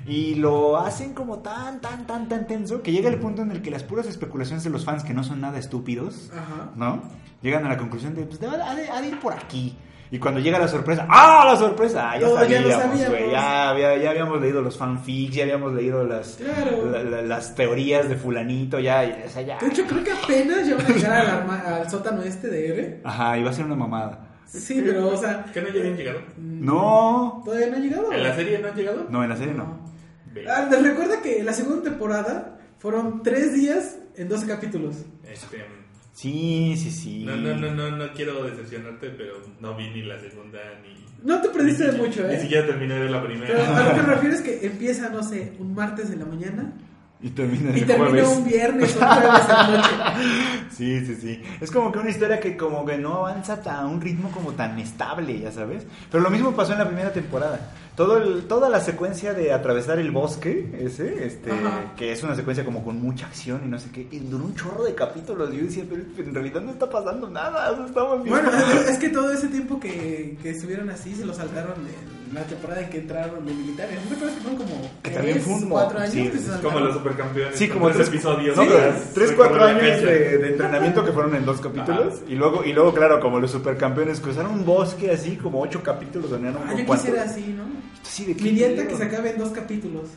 Y lo hacen como tan, tan, tan, tan tenso que llega el punto en el que las puras especulaciones de los fans que no son nada estúpidos,
Ajá.
¿no? Llegan a la conclusión de, pues, de- ha de, ha de ir por aquí. Y cuando llega la sorpresa, ¡ah, la sorpresa! Ah, Ya
No, ya lo
sabíamos, güey,
sabíamos.
ya, había- ya habíamos leído los fanfics, ya habíamos leído las,
Claro.
la- la- las teorías de fulanito, ya, ya, o sea, ya.
De hecho, creo que apenas ya van a llegar al, arma- al sótano este de R.
Ajá, iba a ser una mamada.
Sí, pero, o sea.
¿Qué no ya habían llegado?
Mm.
No,
Todavía no ha llegado.
¿En la serie no han llegado?
no, en la serie no.
Ve,
Ah, les recuerda que la segunda temporada fueron tres días en 12 capítulos.
Este,
Sí, sí, sí.
no, no, no, no, no quiero decepcionarte, pero no vi ni la segunda ni.
No te perdiste de
ni-
mucho,
Ni
¿eh?
siquiera terminé de ver la
Pero
primera.
a lo que me refiero es que empieza, no sé, un martes en la mañana
Y termina el
y termina
jueves.
un viernes o un jueves en la noche.
Sí, sí, sí. Es como que una historia que como que no avanza a un ritmo como tan estable, ya sabes. Pero lo mismo pasó en la primera temporada. Todo el- toda la secuencia de atravesar el bosque, ese, este,
Ajá.
que es una secuencia como con mucha acción y no sé qué, y duró un chorro de capítulos. Yo decía, pero en realidad no está pasando nada, o sea, estamos bien.
Bueno, es- es que todo ese tiempo que, que estuvieron así se lo saltaron de la temporada en que entraron de militares. ¿No recuerdas que fueron como
Que también
tres,
fue un
cuatro
mo-
años
sí,
que se
es
saltaron?
Como los supercampeones.
Sí,
con
como
tres
tres
episodios.
no,
Sí,
pero
sí,
tres,
sí,
cuatro
como la
años
cancha.
de, de entrenamiento que fueron en dos capítulos.
Ajá.
Y luego, y luego, claro, como los supercampeones cruzaron un bosque así, como ocho capítulos, donde eran
Ah,
como
yo
cuatro.
quisiera así, ¿no?
Sí, ¿de qué
Mi dieta
pedo?
que se acabe en dos capítulos.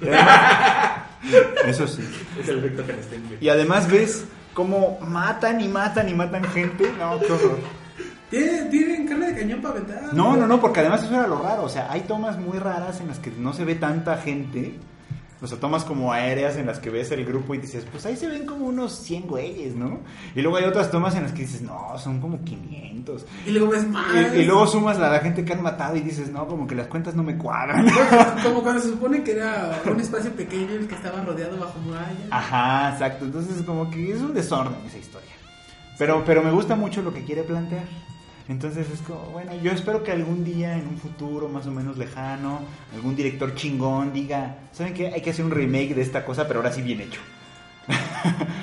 Y además- Eso sí.
Es el efecto que les tengo.
Y además ves cómo matan y matan y matan gente. No, qué horror.
Tienen, tienen carne de cañón para aventar.
No, no, no, porque además eso era lo raro. O sea, hay tomas muy raras en las que no se ve tanta gente. O sea, tomas como aéreas en las que ves el grupo y dices, pues ahí se ven como unos 100 güeyes, ¿no? Y luego hay otras tomas en las que dices, no, son como 500.
Y luego ves más.
Y, y luego sumas la, la gente que han matado y dices, no, como que las cuentas no me cuadran.
Como cuando se supone que era un espacio pequeño el que estaba rodeado bajo murallas.
Ah. Ajá, exacto. Entonces, como que es un desorden esa historia. Pero, pero me gusta mucho lo que quiere plantear. Entonces es como, bueno, yo espero que algún día, en un futuro más o menos lejano, algún director chingón diga, ¿saben qué? Hay que hacer un remake de esta cosa, pero ahora sí bien hecho.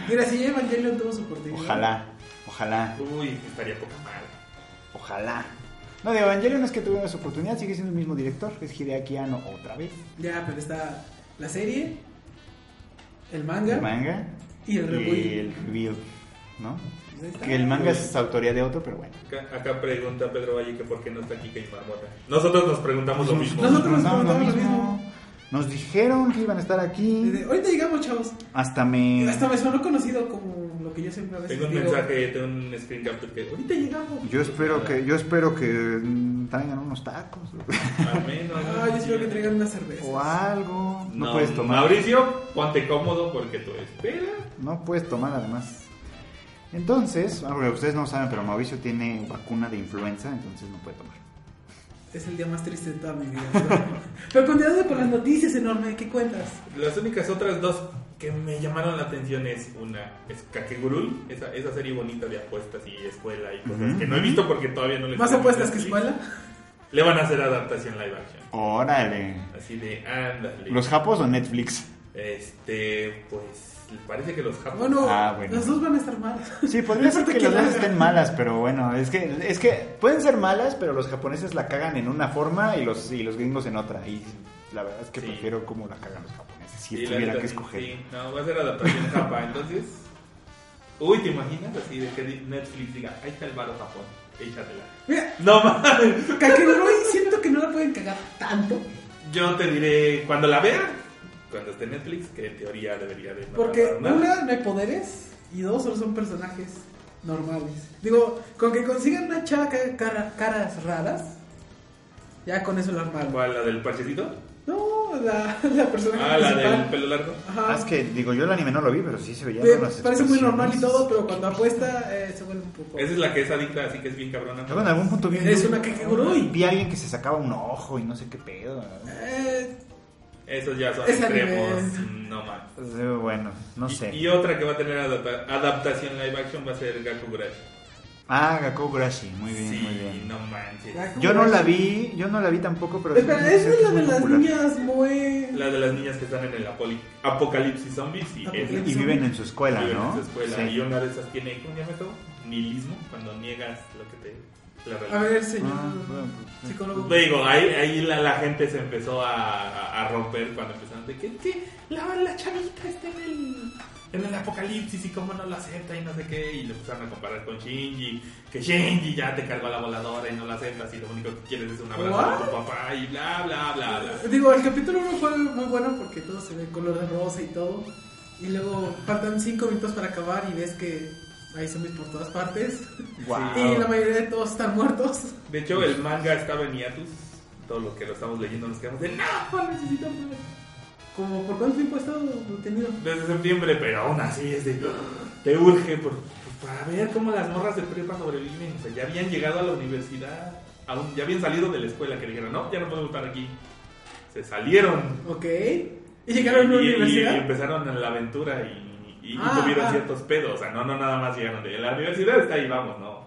Mira, si ya Evangelion tuvo su oportunidad.
Ojalá, ojalá,
Uy, estaría poca madre.
ojalá. No, de Evangelion es que tuvo una oportunidad, sigue siendo el mismo director, es Hideaki Anno otra vez.
Ya, pero está la serie, el manga.
El manga
Y el reboot.
el review, ¿no?
Ahí está.
Que el manga es autoría de otro, pero bueno.
Acá, acá pregunta Pedro Valle que por qué no está Kika y Marmota. Nosotros nos preguntamos lo mismo.
nosotros-
nos
nos
preguntamos
preguntamos lo mismo.
Nos dijeron que iban a estar aquí.
Pues, Desde- Ahorita llegamos, chavos.
Hasta me.
Hasta me sonó conocido como lo que yo siempre a veces
Tengo un
digo.
mensaje, tengo un screen capture que ahorita llegamos.
Yo espero que, yo espero que mm, traigan unos tacos
Al menos.
Ah, yo espero que traigan una cerveza.
o algo. No,
No,
puedes tomar.
Mauricio, ponte cómodo porque tú esperas.
No puedes tomar además. Entonces, ah, porque ustedes no saben, pero Mauricio tiene vacuna de influenza, entonces no puede tomar.
Es el día más triste de toda mi vida. pero- Pero continuando con las noticias enorme, ¿qué cuentas?
Las únicas otras dos que me llamaron la atención es una, es Kakegurul, esa, esa serie bonita de apuestas y escuela y cosas
Ujú.
que no he visto porque todavía no le
¿Más
tengo
apuestas que
muchas
escuela?
clics. Le van a hacer adaptación live action.
Órale.
Así de, ándale.
¿Los japos o Netflix?
Este, pues parece que los japoneses.
Bueno,
Ah, bueno.
las dos van a estar mal.
Sí, podría ser que
Aparte
las
la-
dos estén malas, pero bueno, es que, es que pueden ser malas, pero los japoneses la cagan en una forma y los, y los gringos en otra. Y la verdad es que
Sí.
prefiero cómo la cagan los japoneses, si
Sí, la
tuviera
neta,
que
sí,
escoger.
sí. no, va a ser adaptación japa, entonces. Uy, ¿te imaginas así de que Netflix diga, ahí está el varo Japón, échatela?
Mira,
No mames.
Kakegurui siento que no la pueden cagar tanto.
Yo te diré cuando la vea, cuando esté en Netflix, que en teoría debería de. no
Porque
tardar nada.
una, no hay poderes. Y dos, solo son personajes normales. Digo, con que consigan una chava que haga cara- caras raras, ya con eso la armaron.
¿Cuál, la del parchecito?
No, la, la personaje
Ah, la
principal.
del pelo largo.
Ajá.
Ah, es que, digo, yo el anime no lo vi, pero sí se veía.
Ve-
unas
parece muy normal y
expresiones.
todo, pero cuando apuesta eh, se vuelve un poco.
Esa es la que es adicta, así que es bien cabrona.
Luego en algún punto vi,
Es una kakegurui.
vi a alguien que se sacaba un ojo y no sé qué pedo. ¿no?
Eh,
Esos ya son
Es anime.
extremos, no más.
Eh, Bueno, no sé.
Y, y otra que va a tener adapta- adaptación live action va a ser Gakugurashi.
Ah, Gakugurashi, muy bien,
sí,
muy bien.
no manches.
Gaku-
Yo no la vi, yo no la vi tampoco, pero...
espera, esa es la
muy
de las
popular.
niñas muy.
La de las niñas que están en el apoli- apocalipsis zombies y
Apocalipsis.
esa.
Y viven en su escuela,
Viven en
¿no?
su escuela.
Sí.
Y una de esas tiene, ¿cómo se llama esto? Nihilismo, cuando niegas lo que te... La realidad.
A ver, señor.
Ah, bueno, pues,
psicólogo.
Te digo, ahí, ahí la, la gente se empezó a, a- a romper cuando empezaron de que, que la, la chavita está en el, en el apocalipsis y cómo no lo acepta y no sé qué. Y lo empezaron a comparar con Shinji, que Shinji ya te cargó la voladora y no la aceptas y lo único que quieres es un abrazo de tu papá y bla, bla, bla, bla.
Digo, el capítulo 1 fue muy bueno porque todo se ve color de rosa y todo. Y luego faltan 5 minutos para acabar y ves que hay zombies por todas partes.
Guau.
Y la mayoría de todos están muertos.
De hecho, el manga estaba en hiatus. Todos los que lo estamos leyendo nos quedamos de no, necesito más.
Como, ¿por cuánto tiempo ha estado detenido?
Desde septiembre, pero aún así es de. Te urge por, para ver cómo las morras de prepa sobreviven. O sea, ya habían llegado a la universidad, aún, ya habían salido de la escuela que dijeron, no, ya no podemos estar aquí. Se salieron.
Ok. Y llegaron a una
Y- y- Y
universidad.
empezaron en la aventura y, y- y
Ah,
tuvieron
ah.
ciertos pedos. O sea, no, no, nada más llegaron de la universidad, está ahí, vamos, no.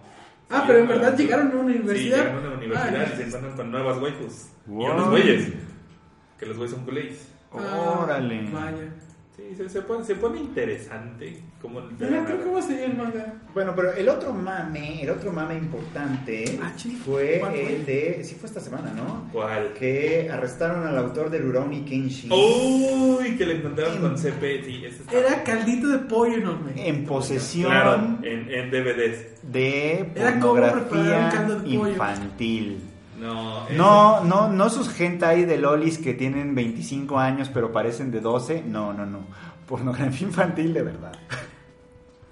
Ah, pero en
Salieron
verdad
la-
llegaron a una
Sí,
universidad.
llegan a una universidad
Ah,
y se encuentran con nuevas waifus. Y
Wow.
unos güeyes. Que los güeyes son culés.
ah,
Órale.
Vaya.
Sí, se, se pone, se pone interesante. Como
Mira, creo que va a seguir el manga.
Bueno, pero el otro mame, el otro mame importante
Ah, sí.
fue
¿Cuál fue?
el de... Sí fue esta semana, ¿no?
¿Cuál?
Que arrestaron al autor de Rurouni Kenshin.
Oh. Uy, que le encontraron con CP. Sí, ese está-
Era caldito de pollo enorme.
En posesión
Claro, en, en DVDs.
de
Era como preparar un
pornografía
caldo de pollo.
infantil.
No, ese-
No, no, no sus gente ahí de lolis que tienen 25 años pero parecen de 12. No, no, no. Pornografía infantil de verdad.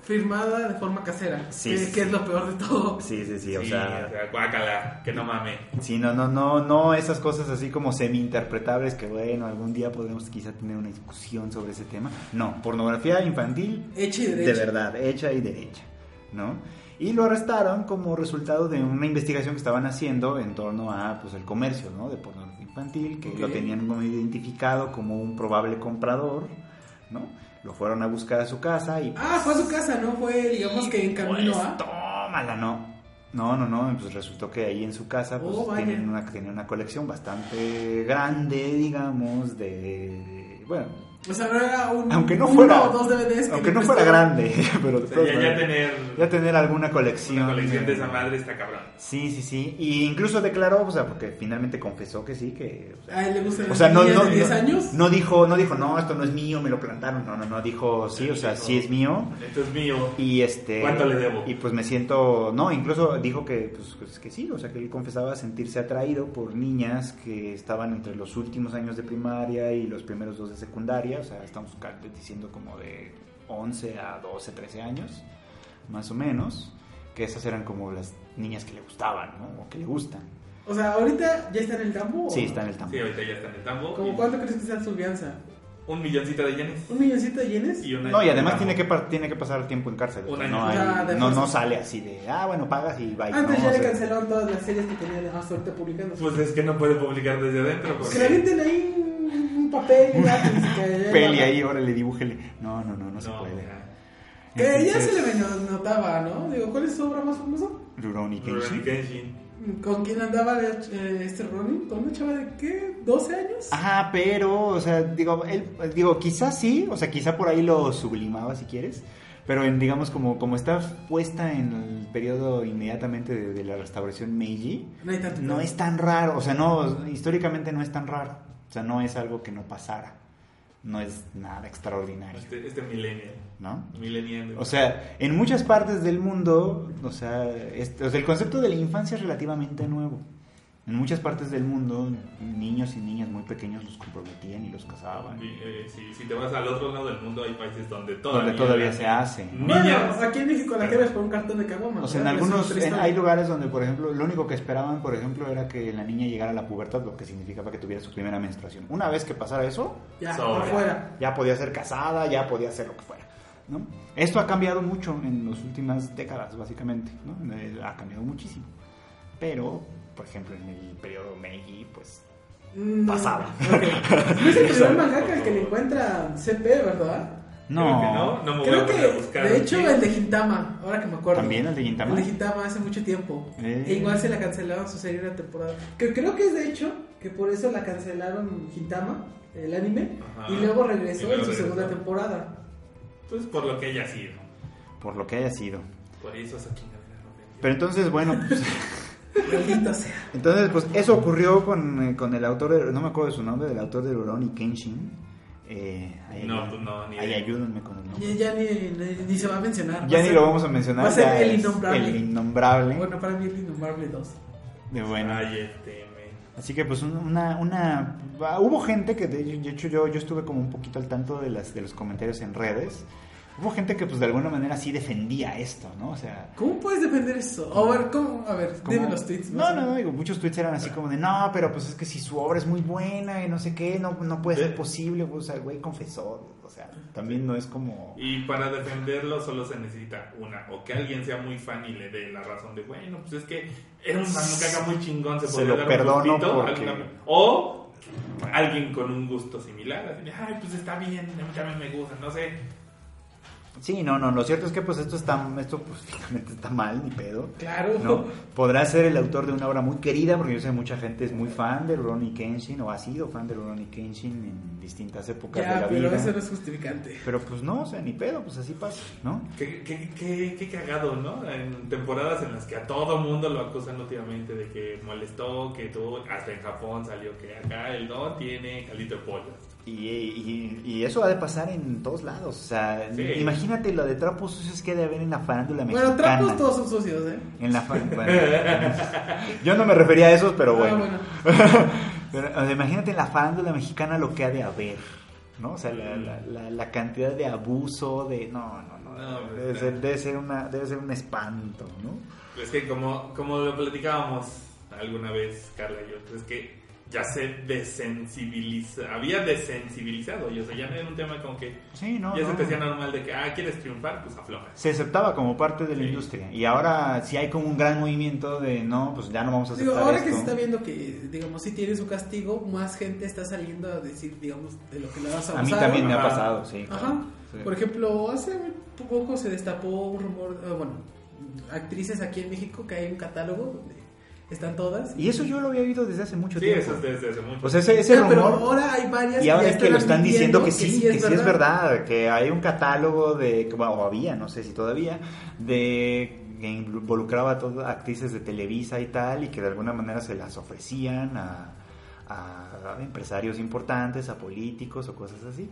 firmada de forma casera.
Sí,
que,
sí,
que es
sí.
lo peor de todo.
Sí, sí, sí,
Sí,
o sea,
guácala, que no mame.
sí, no, no, no, no, esas cosas así como semi-interpretables que bueno, algún día podremos quizá tener una discusión sobre ese tema. No, pornografía infantil
Hecha y derecha.
de verdad, hecha y derecha, ¿no? Y lo arrestaron como resultado de una investigación que estaban haciendo en torno a pues, el comercio ¿no? de pornografía infantil, que lo
Ok.
tenían como identificado como un probable comprador, ¿no? Lo fueron a buscar a su casa y...
Ah, fue a su casa, ¿no? Fue, digamos que en camino ¿ah?
pues,
a.
tómala, no. No, no, no, pues resultó que ahí en su casa pues,
Oh, vaya.
tienen una, tienen una colección bastante grande, digamos, de... de- bueno,
O sea, no era un.
aunque no
uno
fuera...
o dos DVDs. que
aunque
le
no fuera
prestaron.
grande, pero... de
O sea,
todas
ya, ya
maneras-
tener
ya tener alguna colección.
una colección de esa madre está cabrón.
Sí, sí, sí. Y incluso declaró, o sea, porque finalmente confesó que sí, que... o sea,
A él le gusta.
O sea, no, no,
de 10
no-
años.
no dijo, no dijo, no, esto no es mío, me lo plantaron. No, no, no, dijo, sí, o sea, sí es mío.
Esto es mío.
Y este...
¿Cuánto le debo?
Y pues me siento, no, incluso dijo que, pues, pues, que sí, o sea, que él confesaba sentirse atraído por niñas que estaban entre los últimos años de primaria y los primeros dos de secundaria, o sea, estamos ca- diciendo como de 11 a 12, 13 años, más o menos, que esas eran como las niñas que le gustaban, ¿no? O que le gustan.
O sea, ahorita ya está en el campo. ¿o
Sí,
no?
está en el tambo.
Sí, ahorita ya está en el tambo.
¿Cómo
Y
cuánto crees que sea su fianza?
Un milloncito de yenes.
¿Un milloncito de yenes?
Y una-
No, y además
un
tiene que,
tambo.
par- tiene que pasar tiempo en cárcel. o
Un
sea,
año.
no, hay-
Ah, de
no, no
fuerza.
sale así de, ah, bueno, pagas y bye.
Antes
no,
ya
o
le
sea,
cancelaron todas las series que tenía de House ahorita publicando.
Pues es que no puede publicar desde adentro.
pues,
que le
Porque...
avienten ahí un un papel, un lápiz. que-
Peli ahí, órale, dibújele. No, no, no, no, se
No,
puede.
ya.
Que Eh, ya se
Entonces,
le notaba, ¿no? Digo, ¿cuál es su obra más famosa?
Rurouni Kenshin.
Rurouni Kenshin.
¿Con quién andaba eh, este Ronnie? ¿Con una chava de qué? ¿12 años?
Ajá, pero, o sea, digo, él, digo, quizás sí, o sea, quizá por ahí lo sublimaba si quieres, pero en, digamos, como, como está puesta en el periodo inmediatamente de, de la restauración Meiji,
No hay tanto.
no es tan raro, o sea, no, históricamente no es tan raro, o sea, no es algo que no pasara, no es nada extraordinario,
Este, este millennial.
¿no?
Millennial.
O sea, en muchas partes del mundo, o sea, este- o sea, el concepto de la infancia es relativamente nuevo. En muchas partes del mundo, niños y niñas muy pequeños los comprometían y los casaban.
Y, eh, si, si te vas al otro lado del mundo, hay países donde todavía,
Donde todavía se hace. ¿no?
Bueno, pues
Niñas.
aquí en México la quieres por un cartón de caguama.
O sea, en
¿verdad? Es
algunos,
un triste-
en- hay lugares donde, por ejemplo, lo único que esperaban, por ejemplo, era que la niña llegara a la pubertad, lo que significaba que tuviera su primera menstruación. Una vez que pasara eso,
Ya,
Sobre.
afuera.
ya podía ser casada, ya podía ser lo que fuera. ¿no? Esto ha cambiado mucho en las últimas décadas, básicamente. ¿no? Eh, Ha cambiado muchísimo. Pero, por ejemplo, en el periodo Meiji, pues
No.
Pasaba.
Ok. No es el primer mangaka el que le encuentra CP, ¿verdad?
No,
no.
no, no me voy
Creo
a poner a
que,
buscar.
de hecho,
Sí.
el de Gintama, ahora que me acuerdo.
También el de Gintama.
El de Gintama hace mucho tiempo.
Eh.
E igual se la cancelaron su serie una temporada. Que creo que es de hecho que por eso la cancelaron Gintama, el anime,
Ajá.
y luego regresó
Y luego
en su
regresó.
segunda temporada.
Pues por lo que haya sido.
por lo que haya sido.
Por eso esa chingadera no vendió.
Pero entonces, bueno, pues,
Maldita sea.
entonces, pues eso ocurrió con, eh, con el autor, de- no me acuerdo de su nombre, del autor de Rurouni Kenshin. Eh, ahí-
No, pues no, ni
ahí
idea.
ayúdenme con el nombre.
Ya, ya ni, ni- ni se va a mencionar. Va
Ya
a
ni
ser-
lo vamos a mencionar.
Va a ser
ya
el
es
innombrable.
El innombrable.
Bueno, para mí el innombrable 2.
de bueno.
Ay, este, me-
Así que pues un- una, una ah, hubo gente que de de hecho yo, yo estuve como un poquito al tanto de las de los comentarios en redes. Hubo gente que pues de alguna manera sí defendía esto, ¿no? O sea,
¿Cómo puedes defender eso? A ver, ¿cómo? A ver,
como-
dime los tweets.
No, no, no, digo, muchos tweets eran así como de, "No, pero pues es que si su obra es muy buena y no sé qué, no no puede ser
Sí.
posible", o sea, el güey confesó, o sea, también no es como
Y para defenderlo solo se necesita una. O que alguien sea muy fan y le dé la razón de, bueno, pues es que era un mangaka muy chingón, se,
Se
podría
lo
dar
perdono
un gustito.
porque-
alguna- O alguien con un gusto similar. Así de, ay, pues está bien, a mí también me gusta, no sé.
Sí, no, no, lo cierto es que pues esto está esto pues finalmente está mal, ni pedo.
Claro.
¿no? Podrá ser el autor de una obra muy querida, porque yo sé mucha gente es muy fan de Rurouni Kenshin, o ha sido fan de Rurouni Kenshin en distintas épocas de
Ya,
la
pero
vida.
eso no es justificante.
Pero pues no, o sea, ni pedo, pues así pasa, ¿no?
Qué, qué, qué, qué cagado, ¿no? En temporadas en las que a todo mundo lo acusan últimamente de que molestó, que tú, hasta en Japón salió que acá el no tiene caldito de pollo.
Y, y- y eso ha de pasar en todos lados, o sea,
Sí.
imagínate lo de trapos sucios que ha de haber en la farándula mexicana.
Bueno, trapos todos son sucios, ¿eh?
En la fa- bueno, yo no me refería a esos, pero
Ah,
bueno. Pero, o sea, imagínate en la farándula mexicana lo que ha de haber, ¿no? O sea, la,
Mm.
la- la- la cantidad de abuso, de... No, no, no.
No,
debe,
pues,
ser,
no.
debe ser una, debe ser un espanto, ¿no?
Es que como, como lo platicábamos alguna vez, Carla y yo, es que ya se desensibiliza, había desensibilizado, y o sea, ya no era un tema como que
Sí, no.
ya se
no.
te hacía normal de que, ah, quieres triunfar, pues aflojas.
se aceptaba como parte de la
Sí.
industria y ahora si hay como un gran movimiento de no, pues ya no vamos a aceptar
Digo, ahora
esto.
que se está viendo que, digamos, si tiene su castigo, más gente está saliendo a decir, digamos, de lo que le vas a
a mí
abusar.
también me ha
Ajá.
pasado, sí.
Ajá.
Sí.
Por ejemplo, hace poco se destapó un rumor, eh, bueno, actrices aquí en México que hay un catálogo donde están todas.
Y eso yo lo había oído desde hace mucho
Sí,
tiempo. Pues
eso es desde hace mucho.
O sea, ese, ese
Pero- pero
rumor
ahora hay varias
y ahora
ya
es que lo están diciendo
admitiendo
que sí, que sí es verdad, que hay un catálogo de, que, bueno, o había, no sé si todavía, de que involucraba a todas actrices de Televisa y tal, y que de alguna manera se las ofrecían a, a empresarios importantes, a políticos o cosas así,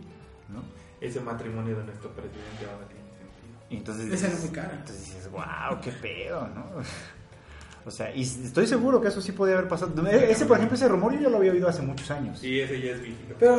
¿no?
Ese matrimonio de nuestro presidente ahora tiene sentido.
Y entonces
Le sale
dices-
muy cara.
Entonces dices, wow, qué pedo, ¿no? O sea, y estoy seguro que eso sí podía haber pasado. E- Ese, por ejemplo, ese rumor yo ya lo había oído hace muchos años.
Sí, ese ya es vigilo.
Pero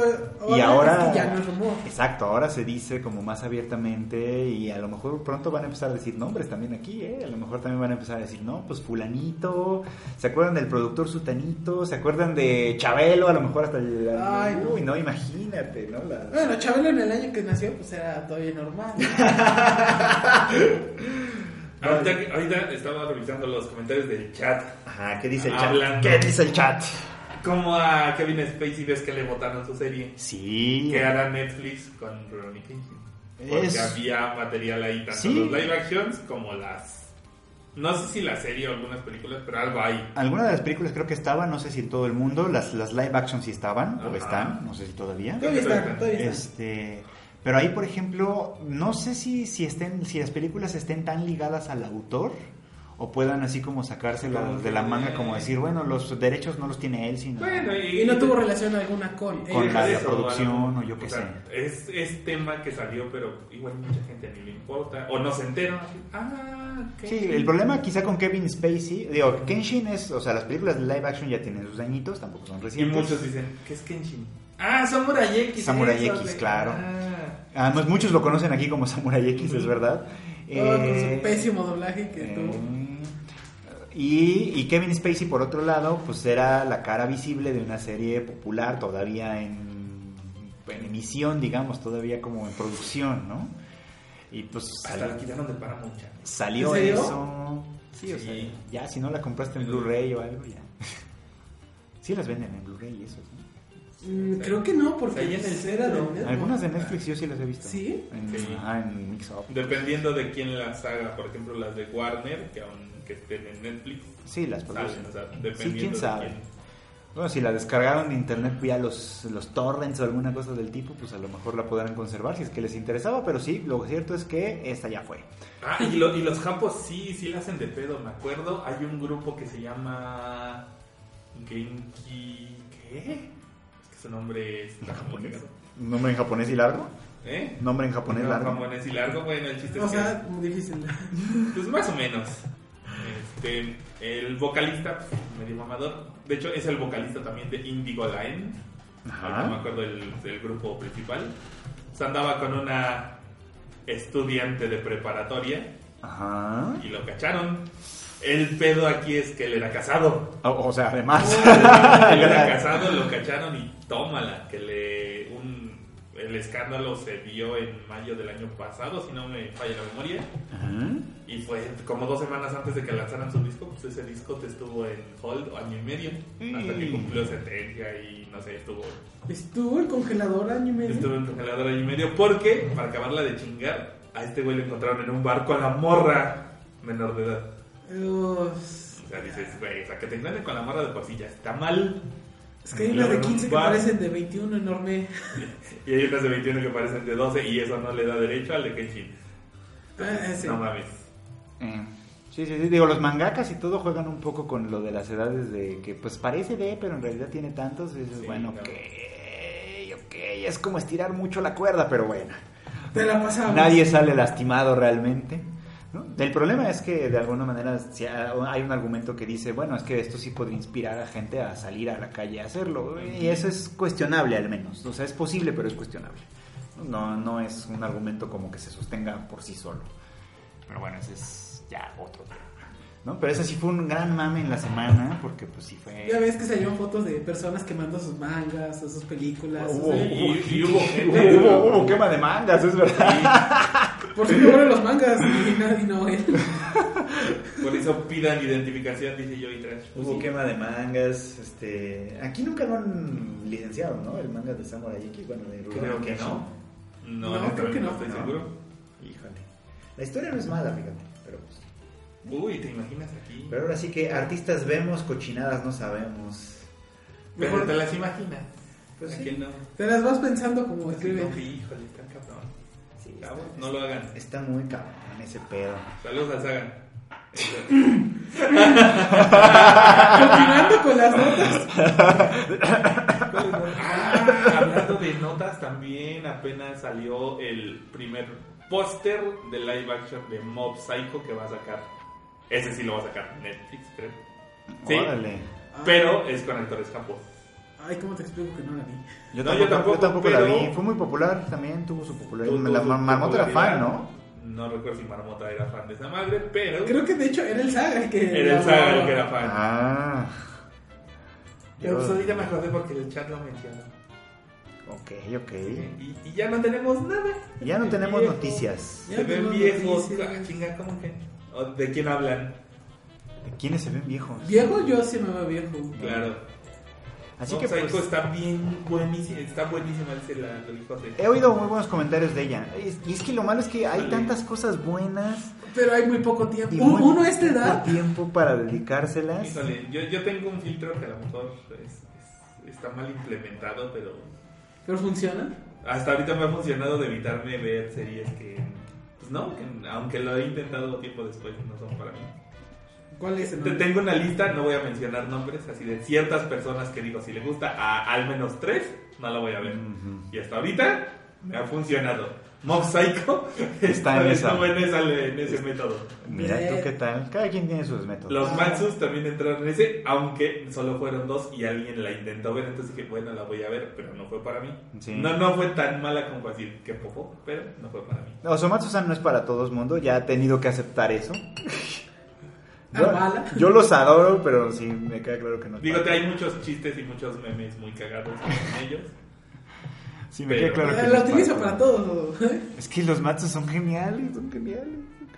Y ahora-
es que ya no es rumor.
Exacto, ahora se dice como más abiertamente y a lo mejor pronto van a empezar a decir nombres también aquí, ¿eh? A lo mejor también van a empezar a decir, no, pues fulanito, ¿se acuerdan del productor sutanito? ¿Se acuerdan de Chabelo? A lo mejor hasta... el-
Ay, no.
uy, no, imagínate, ¿no? La-
Bueno, Chabelo en el año que nació, pues era todavía normal.
Ahorita, que- ahorita estaba revisando los comentarios del chat.
Ajá, ¿qué dice el chat?
Hablando.
¿Qué dice el chat?
Como a Kevin Spacey ves que le votaron su serie.
Sí.
Que hará Netflix con Rurouni Kenshin. Porque
Es-
había material ahí, tanto
Sí.
los live actions como las. No sé si la serie o algunas películas, pero algo hay.
Algunas de las películas creo que estaban, no sé si en todo el mundo, las, las live action sí estaban, o
Ajá.
están, no sé si todavía.
todavía está, todavía está.
Este, pero ahí, por ejemplo, no sé si, si, estén, si las películas estén tan ligadas al autor o puedan así como sacárselas de la manga, como decir, bueno, los derechos no los tiene él, sino...
Bueno, y,
Y no tuvo relación alguna con,
Con
ella.
la
deja eso,
producción, o yo qué
sé. Es, es tema que salió, pero igual mucha gente ni le importa. O no se entera. así, Ah, ok.
Sí, el problema quizá con Kevin Spacey, digo, Kenshin es, o sea, las películas de live action ya tienen sus añitos, tampoco son
Y
recientes.
muchos dicen, ¿qué es Kenshin? Ah, Samurai X.
Samurai
eso,
X,
güey.
claro.
Ah.
Además, muchos lo conocen aquí como Samurai X, es verdad.
Oh, con
Eh,
su pésimo doblaje que tuvo.
Eh, Y, y Kevin Spacey, por otro lado, pues era la cara visible de una serie popular todavía en, en emisión, digamos, todavía como en producción, ¿no? Y pues
Hasta la
sal-
quitaron de Paramount. ya.
salió
¿En serio?
eso. Sí, o
Sí.
sea, ya si no la compraste en Blu-ray o algo, ya. Sí las venden en Blu-ray y eso. ¿no?
Mm, creo que no, porque
Ahí
ahí
en
en
el
el era de
centro.
Netflix.
Algunas de Netflix yo sí las he visto.
¿Sí?
En,
Sí.
ajá, en Mix Up.
Dependiendo de quién las haga, por ejemplo, las de Warner, que aún que estén en Netflix,
Sí, las
salen, o sea,
producen. Sí,
dependiendo
quién
de
sabe.
quién.
Bueno, si la descargaron de internet vía los, los torrents o alguna cosa del tipo, pues a lo mejor la podrán conservar si es que les interesaba, pero sí, lo cierto es que esta ya fue.
Ah, y, lo- y los japos sí, sí la hacen de pedo, me acuerdo. Hay un grupo que se llama Genki... ¿Qué? Es que su nombre es japonés.
¿Nombre en japonés y largo?
¿Eh?
¿Nombre en japonés
No,
largo?
japonés y largo, bueno, el chiste
O
es que-
sea, muy difícil.
Pues más o menos. Este, el vocalista, pues, medio mamador. De hecho, es el vocalista también de Indigo Line.
Ajá.
No me acuerdo del, del grupo principal. O sea, andaba con una estudiante de preparatoria
Ajá.
y lo cacharon. El pedo aquí es que él era casado.
O, o sea, además.
Él era
Gracias.
casado, lo cacharon y tómala. Que le. Un, el escándalo se vio en mayo del año pasado, si no me falla la memoria.
Ajá.
Y fue como dos semanas antes de que lanzaran su disco, pues ese disco te estuvo en hold año y medio. Hasta que
Mm.
cumplió sentencia y no sé, estuvo,
Estuvo el congelador año y medio.
estuvo en congelador año y medio. Porque, para acabarla de chingar, a este güey lo encontraron en un bar con la morra menor de edad.
Uf,
O sea, dices, güey, o sea, que te encuentren con la morra de por sí ya está mal.
es que hay
Claro,
unas de 15 que
va.
parecen de 21 enorme.
Y hay otras de 21 que parecen de 12 y eso no le da derecho al de Kenshin.
Ah, sí.
No mames.
Eh, Sí, sí, sí. Digo, los mangakas y todo juegan un poco con lo de las edades de que, pues parece de, pero en realidad tiene tantos. Y dices,
Sí,
bueno,
claro.
ok, ok. Es como estirar mucho la cuerda, pero bueno.
Te la pasamos.
Nadie sale lastimado realmente. ¿no? El problema es que de alguna manera si hay un argumento que dice, bueno, es que esto sí podría inspirar a gente a salir a la calle a hacerlo. Y eso es cuestionable al menos. O sea, es posible, pero es cuestionable. No, no es un argumento como que se sostenga por sí solo. Pero bueno, ese es ya otro tema. ¿No? Pero ese sí fue un gran mame en la semana, porque pues sí fue...
Ya ves que salieron fotos de personas quemando sus mangas o sus películas. o
Hubo,
sea,
Y, y hubo gente.
Hubo, hubo- hubo quema de mangas, es verdad.
por si me ponen los mangas y nadie no él.
Por eso pidan identificación, dice Joey Trash. Pues
Hubo
sí.
quema de mangas, este... Aquí nunca lo han licenciado, ¿no? El manga de Samurai X, bueno, de
Creo
Rurouni
que
Kenshin.
no. No,
No, creo que no.
estoy
No.
seguro.
Híjole. La historia no es mala, fíjate, pero pues...
Uy, ¿te imaginas aquí?
Pero ahora sí que artistas vemos, cochinadas no sabemos.
Mejor te las imaginas.
Pues
¿A
sí.
quién no?
Te las vas pensando como
Así como que,
escribe.
Híjole, está cabrón.
Sí,
Chavos, no lo hagan.
Está muy cabrón ese pedo.
Saludos a Sagan.
Continuando con las notas.
Ah, hablando de notas, también apenas salió el primer póster de live action de Mob Psycho que va a sacar. Ese sí lo va a sacar Netflix, creo.
Ah.
Sí,
Órale.
pero es con actores capos.
Ah, Ay, ¿cómo te explico que no la vi?
Yo
No,
tampoco,
yo
yo
tampoco,
tampoco, la
pero-
vi. Fue muy popular también, tuvo su popularidad.
Tu- tu-
la
tu
mar- marmota era fan,
popularidad.
¿no?
No recuerdo si Marmota era fan de esa madre, pero
Creo que de hecho era el Saga el que.
era el Saga el que era fan.
Ah.
Pero pues
Yo-
ahorita me acordé porque el chat lo mencionó.
Ok, ok.
Y, y ya no tenemos nada.
Ya no
El
tenemos
viejo.
noticias.
Ya
Se ven
tenemos
viejos.
noticias.
Ah, Chinga, ¿cómo que? ¿O ¿De quién hablan?
¿Quiénes se ven viejos?
Viejo, yo sí me veo viejo.
Claro.
Así
Mob
que
Psycho
pues,
está bien buenísima, está buenísima, dice la, lo dijo José.
he oído muy buenos comentarios de ella. Es- Y es que lo malo es que hay
Vale.
tantas cosas buenas
Pero hay muy poco tiempo.
y
Un-
muy
uno a esta
poco
edad.
tiempo para dedicárselas.
Híjole, yo, yo tengo un filtro que a lo mejor es- es- está mal implementado, pero
Pero funciona.
hasta ahorita me ha funcionado de evitarme ver series que, pues no, que aunque lo he intentado tiempo después, no son para mí.
¿Cuál es el
Te-
nombre?
Tengo una lista, no voy a mencionar nombres, así de ciertas personas que digo, si le gusta a al menos tres, no la voy a ver.
Ujú.
Y hasta ahorita me ha funcionado. Mob Psycho
Está en esa.
estuvo en esa- en ese método.
Mira tú qué tal. Cada quien tiene sus métodos.
Los Matsus también entraron en ese, aunque solo fueron dos y alguien la intentó ver, entonces dije, bueno, la voy a ver, pero no fue para mí.
Sí.
No, no fue tan mala como decir que poco, pero no fue para mí.
Osomatsu-san no es para todo el mundo, ya ha tenido que aceptar eso. Yo,
Amala.
yo los adoro, pero sí, me queda claro que no. es
Digo,
para-
hay muchos chistes y muchos memes muy cagados con ellos.
sí, me queda
pero-
claro que
La
no es
Eh, utilizo
para
para todo.
Es que los matsus son geniales, son geniales, son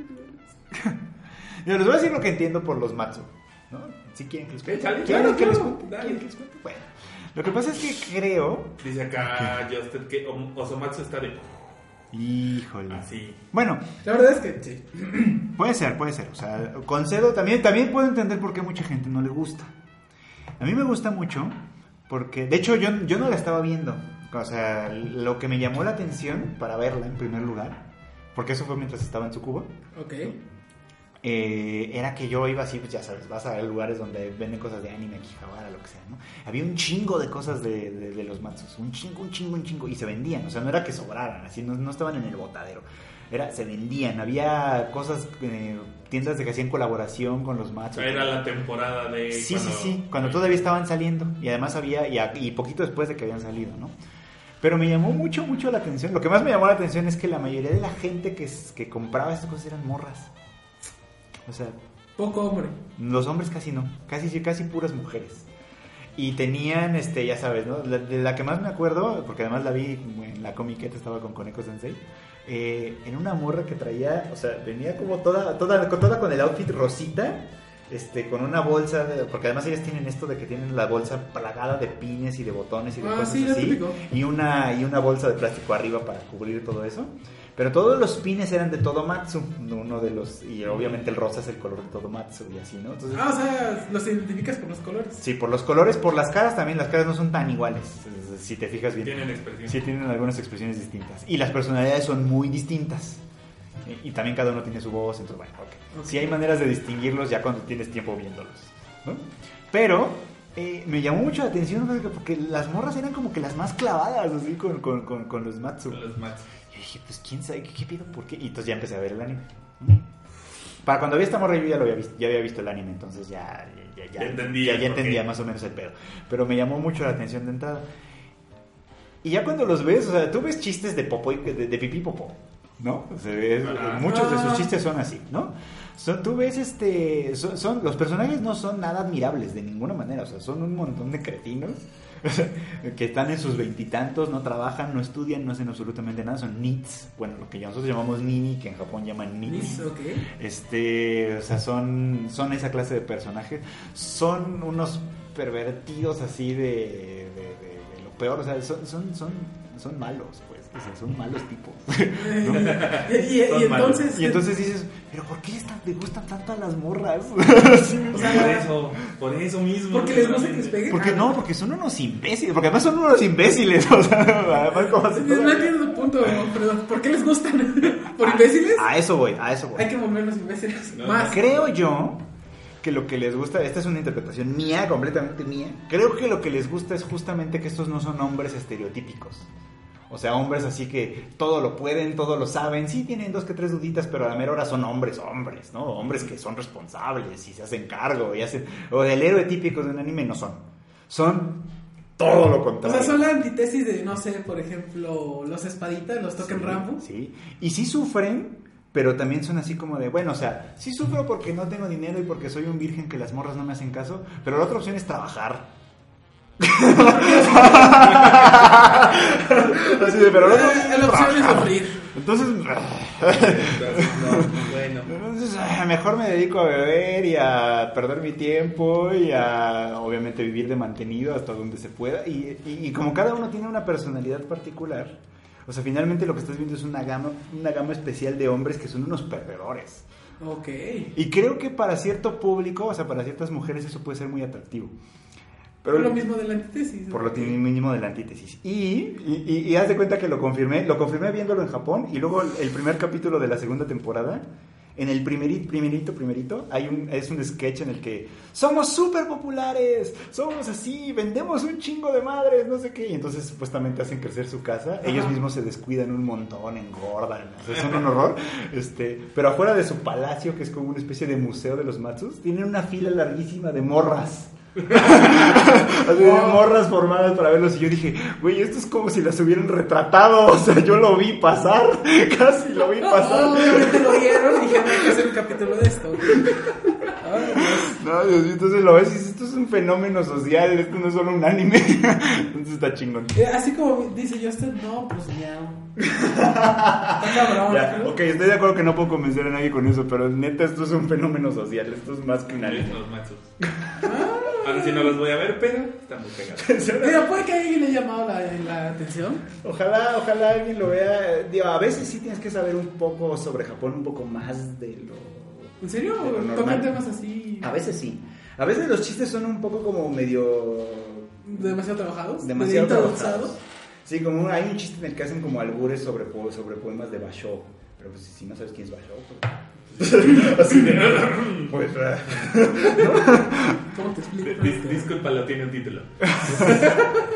geniales. Yo les voy a decir lo que entiendo por los matsu, ¿no? Si quieren que les cuente.
Échale,
¿Quieren
claro,
que les
claro,
cuente?
dale.
¿Quieren que les cuente? Bueno, lo que pasa es que creo...
Dice acá Justin que O- Osomatsu está de
Híjole.
así.
Bueno,
La verdad es que sí.
Puede ser, puede ser. O sea, concedo también, también puedo entender por qué mucha gente no le gusta. A mí me gusta mucho porque, de hecho, yo, yo no la estaba viendo. O sea, lo que me llamó la atención para verla en primer lugar, porque eso fue mientras estaba en su cuba,
Ok.
eh, era que yo iba así, pues ya sabes, vas a lugares donde venden cosas de anime, kijabara, lo que sea, ¿no? Había un chingo de cosas de, de- de los matsus, un chingo, un chingo, un chingo, y se vendían, o sea, no era que sobraran, así, no, no estaban en el botadero, era, se vendían, había cosas, eh, tiendas de que hacían colaboración con los
O
matsus.
sea, era la temporada de.
Sí, sí, sí, cuando todavía estaban saliendo. Y además había, y, a- y poquito después de que habían salido, ¿no? Pero me llamó mucho, mucho la atención. Lo que más me llamó la atención es que la mayoría de la gente que, s- que compraba estas cosas eran morras. O sea,
Poco hombre.
los hombres casi no, casi, sí, casi puras mujeres. Y tenían, este, ya sabes, ¿no? La, de la que más me acuerdo, porque además la vi en la comiqueta, estaba con Coneco Sensei, eh, en una morra que traía, o sea, venía como toda, toda, con- toda con el outfit rosita, este, con una bolsa, de- porque además ellas tienen esto de que tienen la bolsa plagada de pines y de botones y de
Ah,
cosas
sí, lo
así
típico.
y una, y una bolsa de plástico arriba para cubrir todo eso. Pero todos los pines eran de Todomatsu, uno de los, y obviamente el rosa es el color de Todomatsu y así, ¿no? Entonces,
Ah, o sea, los identificas por los colores.
sí, por los colores, por las caras también, las caras no son tan iguales, si te fijas bien.
pues, Tienen expresión.
Sí, tienen algunas expresiones distintas. Y las personalidades son muy distintas. Y- Y también cada uno tiene su voz, entonces, bueno, ok.
Ok.
Sí hay maneras de distinguirlos ya cuando tienes tiempo viéndolos. ¿no? Pero eh, me llamó mucho la atención ¿no? porque las morras eran como que las más clavadas, así, con, con- con- con los Matsu.
Los Matsu.
Yo dije, pues quién sabe, ¿qué, qué pido? ¿Por qué? Y entonces ya empecé a ver el anime. Para cuando vi esta morra yo ya lo había visto, ya había visto el anime, entonces ya, ya, ya,
Ya entendí
ya,
el
ya entendía
porqué.
más o menos el pedo. Pero me llamó mucho la atención de entrada. Y ya cuando los ves, o sea, tú ves chistes de popo y- de, de pipí popó, ¿no? O sea, es- eh,
Ajá.
muchos de sus
Ah.
chistes son así, ¿no? Son, tú ves este, son, son- los personajes no son nada admirables de ninguna manera, o sea, son un montón de cretinos o sea, que están en sus veintitantos, no trabajan, no estudian, no hacen absolutamente nada, son nits, bueno, lo que nosotros llamamos nini, que en Japón llaman nits.
Nis, ok.
Este, o sea, son, son esa clase de personajes. Son unos pervertidos así de, de- de- de lo peor. O sea, son, son, son, son malos, pues. O sea, son malos tipos.
y, y- y
Son
entonces,
y entonces dices, ¿pero por qué están- le gustan tanto a las morras? Sí, o
Por
sea,
eso, por eso mismo.
porque les gusta que les peguen.
porque
Ah,
no, porque son unos imbéciles. Porque además son unos imbéciles. O sea, además como se-
No entiendo tu punto, Alfredo. ¿Por qué les gustan? ¿Por imbéciles?
Ah, A eso voy, a eso voy.
Hay que volverlos imbéciles.
No,
Más.
Creo yo que lo que les gusta, esta es una interpretación mía, completamente mía, creo que lo que les gusta es justamente que estos no son hombres estereotípicos. O sea, hombres así que todo lo pueden, todo lo saben, sí tienen dos que tres duditas, pero a la mera hora son hombres, hombres, ¿no? Hombres que son responsables y se hacen cargo y hacen... O el héroe típico de un anime no son. Son todo lo
O
contrario.
sea, son la antítesis de, no sé, por ejemplo, los espaditas, los tocan
Sí,
Rambo.
Sí, y sí sufren, pero también son así como de, bueno, o sea, sí sufro porque no tengo dinero y porque soy un virgen que las morras no me hacen caso, pero la otra opción es trabajar. así de, pero la otra opción
Eh,
es
La opción es
trabajar.
sufrir.
Entonces, ah.
Entonces, no, bueno.
entonces, ah, mejor me dedico a beber y a perder mi tiempo y a, obviamente, vivir de mantenido hasta donde se pueda. Y, y- y como cada uno tiene una personalidad particular, o sea, finalmente lo que estás viendo es una gama, una gama especial de hombres que son unos perdedores.
Ok.
Y creo que para cierto público, o sea, para ciertas mujeres eso puede ser muy atractivo.
Pero lo mismo de la antítesis.
Por lo tiene mínimo de la antítesis. Y, y, y- y haz de cuenta que lo confirmé, lo confirmé viéndolo en Japón y luego el primer capítulo de la segunda temporada, en el primerito, primerito, primerito, hay un, es un sketch en el que somos súper populares, somos así, vendemos un chingo de madres, no sé qué. Y entonces supuestamente hacen crecer su casa, ellos mismos se descuidan un montón, engordan, o sea, son un horror. Este, pero afuera de su palacio, que es como una especie de museo de los matsus, tienen una fila larguísima de morras. Así de morras formadas para verlos. Y yo dije, güey, esto es como si las hubieran retratado. O sea, yo lo vi pasar. Casi lo vi pasar.
Obviamente lo vieron y dijeron, hay que hacer un capítulo de esto. Ay, Dios.
No, Dios mío, entonces lo ves y dices, esto es un fenómeno social. Esto no es solo un anime. Entonces está chingón.
Eh, Así como dice Justin, no, pues ya. Está cabrón.
Ya,
¿no?
ok, estoy de acuerdo que no puedo convencer a nadie con eso, pero neta, esto es un fenómeno social. Esto es más que un anime.
Los machos. Ahora Ah, sí no los voy a ver, pero están muy pegados.
Ah. Mira, puede que a alguien le haya llamado la, la atención.
Ojalá, ojalá alguien lo vea. Digo, a veces sí tienes que saber un poco sobre Japón, un poco más de lo
¿En serio?
Pero normal. Ah.
Tocan temas así.
A veces sí. A veces los chistes son un poco como medio...
Demasiado trabajados.
demasiado
dedito
trabajados.
alzado.
Sí, como un- hay un chiste en el que hacen como albures sobre, po- sobre poemas de Basho. Pero pues si no sabes quién es Basho, pues... Así de... pues, ah.
¿Cómo te explico?
Dis- disculpa, lo tiene un título.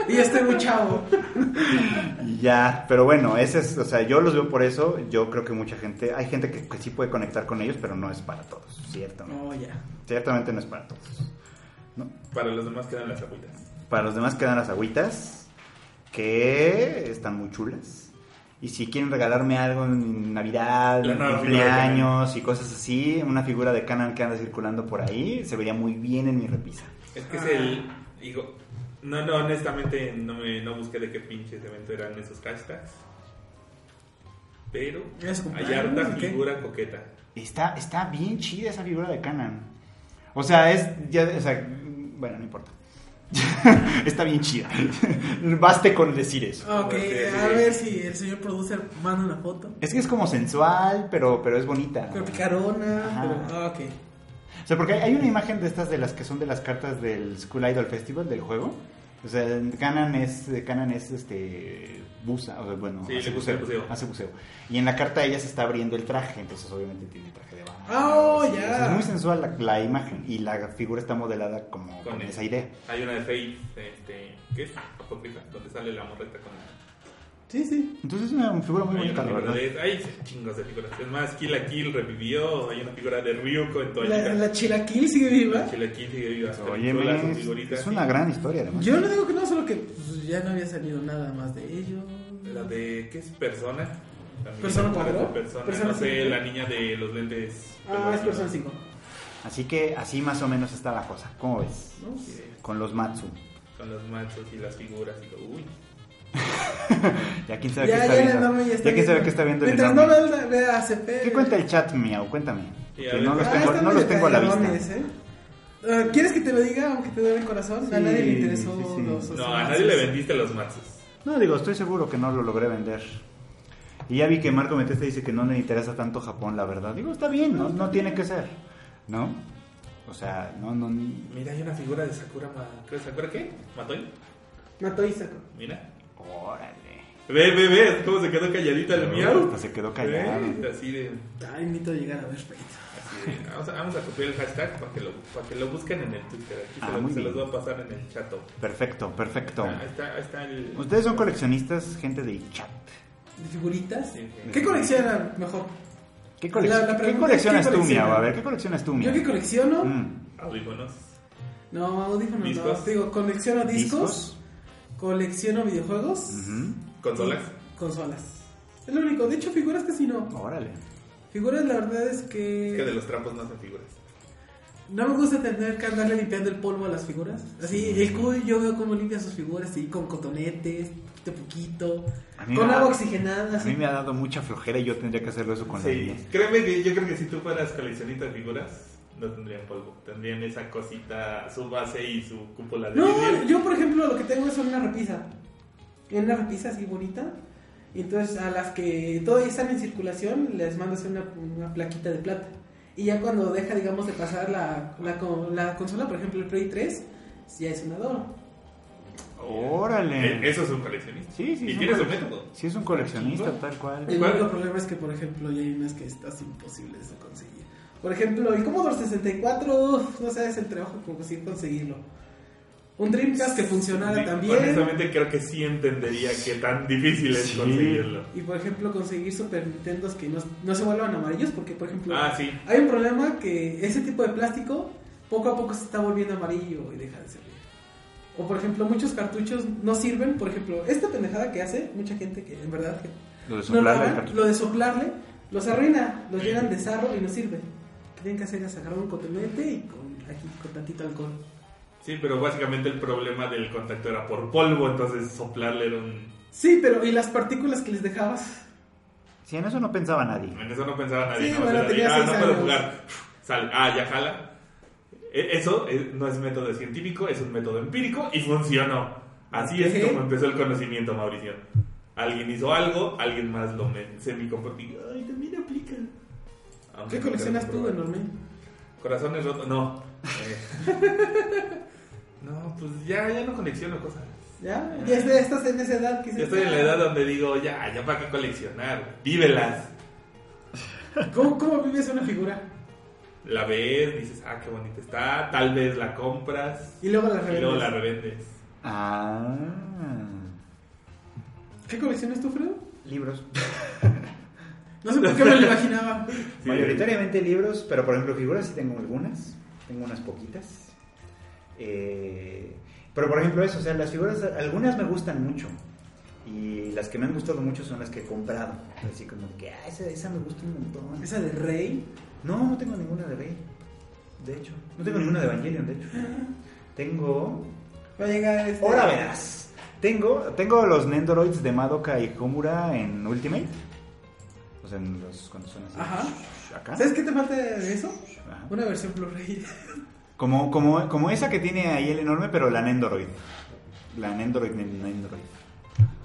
Y este muy chavo.
Y ya, pero bueno, ese es, o sea, yo los veo por eso. Yo creo que mucha gente, hay gente que, que sí puede conectar con ellos, pero no es para todos, ciertamente.
No, Oh, ya.
Ciertamente no es para todos.
Para los demás quedan las agüitas.
Para los demás quedan las agüitas, que están muy chulas. Y si quieren regalarme algo en Navidad,
La
en
nueva
cumpleaños y cosas así, una figura de Canon que anda circulando por ahí, se vería muy bien en mi repisa.
Es que es el.
Ah.
Digo, no, no, honestamente no, me, no busqué de qué pinches evento eran esos hashtags. Pero
¿Es cumpleaños
hay harta
o qué?
figura coqueta.
Está, está bien chida esa figura de Canon. O sea, es. Ya, o sea, bueno, no importa. está bien chida. Baste con decir eso.
Ok,
Sí, sí,
a
sí.
ver si el señor producer manda una foto.
Es que es como sensual, pero, pero es bonita.
Pero picarona.
Ajá.
Pero, ah, ok.
O sea, porque hay- hay una imagen de estas de las que son de las cartas del School Idol Festival del juego. O sea, Canan es, Canan es este busa, o sea, bueno,
Sí,
hace,
le gusta el
buceo,
buceo.
hace buceo. Y en la carta ella se está abriendo el traje, entonces obviamente tiene traje de baño.
Ah,
Oh,
así.
ya.
O sea, Es muy sensual la, la imagen y la figura está modelada como
Con
con
el-
esa idea.
Hay una de Faith, este, ¿qué es? Apócrifa, donde sale la morreta con
Sí, sí.
Entonces es una figura muy
Hay
bonita,
una
la
figura
verdad.
de- hay chingos de figuras. Es más, Kill la Kill revivió. Hay una figura de Ryuko en
La,
toallita.
la chilaquil sigue viva.
Kill la Kill sigue viva. Hasta
Oye,
Chola,
men,
su
es,
figurita,
es
sí.
una gran historia, además.
Yo no digo que no, solo que pues, ya no había salido nada más de ellos.
La de. ¿Qué es persona? También
¿Persona
hay figuras de
cuatro?
Persona.
¿Persona
no sé,
cinco?
la niña de los lentes.
Ah, es
pelones,
Persona
¿no?
5.
Así que así más o menos está la cosa. ¿Cómo ves?
¿no?
Sí,
Con los Matsu.
Con los machos y las figuras. Y todo. Uy,
Ya quién
Ya,
sabe qué
ya
está
el
viendo.
enorme ya está.
quién sabe qué está viendo el
Mientras
enorme.
no vea- vea CP.
¿Qué cuenta el chat, miau? Cuéntame.
Sí,
Porque
a ver,
no los
ah,
tengo,
están
no los
este
tengo
medio
a la vista.
cagadrones, ¿eh? Ah, ¿Quieres que te lo diga aunque te duele el corazón? a
Sí,
nadie le interesó
sí, sí.
los los
No, a
avances.
nadie le vendiste los machos.
No, digo, estoy seguro que no lo logré vender. Y ya vi que Marco Metesta dice que no le interesa tanto Japón, la verdad. Digo, está bien, no, no tiene que ser. ¿No? O sea, no, no.
Mira, hay una figura de Sakura. Ma- ¿qué- ¿Sakura qué? ¿Matoy?
Mató y sacó.
Mira.
Órale.
Ve, ve, ve. ¿Cómo se quedó calladita el
Uy,
miau?
hasta se quedó callado.
Ve, Así de.
Ay, invito a llegar a ver Fate.
Sí, Vamos a, vamos a copiar el hashtag para que lo, para que lo busquen en el Twitter. Aquí
Ah,
se, lo-
muy
se
bien.
los va a pasar en el chato.
Perfecto, perfecto.
Ah, ahí está, ahí está el.
Ustedes son coleccionistas, gente de chat.
¿De figuritas?
Sí, sí.
¿Qué coleccionan mejor?
¿Qué, colec-
La- la
¿qué
pregunta
coleccionas
es, ¿qué
tú,
colecciona?
Miau? A ver, ¿qué coleccionas tú,
¿Yo
Miau?
qué colecciono?
Mm,
Audífonos.
No, audífonos
¿Discos?
no. Digo, colecciono discos,
¿Discos?
colecciono videojuegos,
Ujú.
Consolas.
consolas. Es lo único. De hecho, figuras casi no.
Órale.
Figuras, la verdad es
Es que de
que.
los trampos no hacen figuras.
No me gusta tener que andarle limpiando el polvo a las figuras. Así, el cuy, yo veo cómo limpia sus figuras, así, con cotonetes, poquito a poquito,
A mí
con
me-
agua oxigenada.
A mí
Así.
me ha dado mucha flojera y yo tendría que hacerlo eso con las
Sí.
mías.
Créeme que yo creo que si tú fueras coleccionista de figuras, no tendrían polvo. Tendrían esa cosita, su base y su cúpula de
No,
vidrio.
yo, por ejemplo, lo que tengo es una repisa. Una repisa así bonita. Y entonces a las que todavía están en circulación les mando hacer una, una plaquita de plata. Y ya cuando deja, digamos, de pasar la, la, co- la consola, por ejemplo, el Play 3, ya es una dora.
Órale.
Eh, Eso es un coleccionista.
Sí, sí.
Y
es un
tiene su
colec-
método.
Sí, es un coleccionista,
Chingo.
tal cual.
El
¿Cuál?
único problema es que, por ejemplo, ya hay unas que estás imposibles de conseguir. Por ejemplo, el Commodore 64, uf, no sabes el trabajo que conseguir conseguirlo. Un Dreamcast que funcionara
Sí,
también.
Honestamente, creo que sí entendería que tan difícil es
Sí.
conseguirlo.
Y por ejemplo, conseguir Super Nintendos que no, no se vuelvan amarillos, porque por ejemplo,
Ah, sí.
hay un problema que ese tipo de plástico poco a poco se está volviendo amarillo y deja de servir. O por ejemplo, muchos cartuchos no sirven. Por ejemplo, esta pendejada que hace mucha gente que en verdad que
Lo de
no lo,
soplarle
hagan,
el cartucho.
lo de soplarle, los arruina, los llenan de sarro y no sirve. Lo que tienen que hacer es agarrar un cotonete y con, aquí con tantito alcohol.
Sí, pero básicamente el problema del contacto era por polvo, entonces soplarle era un...
Sí, pero ¿y las partículas que les dejabas?
Sí, en eso no pensaba nadie.
En eso no pensaba nadie.
Sí,
¿no? O
bueno,
sea,
tenía
ah,
seis
no puedo
años.
jugar. Sale. Ah, ya jala. E- Eso eh, no es método científico, es un método empírico y funcionó. Así es
Ok.
como empezó el conocimiento, Mauricio. Alguien hizo algo, alguien más lo me- se me compartió. Ay, también aplica. Ah, Aunque
¿Qué
no
coleccionas
creo que
tú,
probar.
enorme?
Corazones rotos, no. Eh, no, pues ya, ya no colecciono cosas.
¿Ya? Ya es de- estás en esa edad que
Ah.
dices,
Ya estoy en la
"Ah,
edad donde digo, ya, ya para qué coleccionar, vívelas.
¿Cómo, cómo vives una figura?
La ves, dices, ah, qué bonita está, tal vez la compras
Y luego la
y
revendes.
luego la revendes.
Ah.
¿Qué coleccionas tú, Fredo?
Libros.
No sé por qué me lo imaginaba.
Sí.
Mayoritariamente libros, pero por ejemplo figuras sí tengo algunas, tengo unas poquitas. Eh, pero por ejemplo eso, o sea, las figuras, algunas me gustan mucho. Y las que me han gustado mucho son las que he comprado. Así como que, ah, esa, esa me gusta un montón.
Esa de Rey.
No, no tengo ninguna de Rey. De hecho, no tengo ninguna de Evangelion, de hecho. Tengo
Va a llegar este...
Ahora verás. Tengo, tengo los Nendoroids de Madoka y Homura en Ultimate. O sea, en los, cuando son así.
Ajá.
Acá.
¿Sabes qué te falta de eso?
Ajá.
Una versión Blu-ray.
Como, como, como esa que tiene ahí el enorme, pero la Nendoroid. La Nendoroid, Nen- Nendoroid.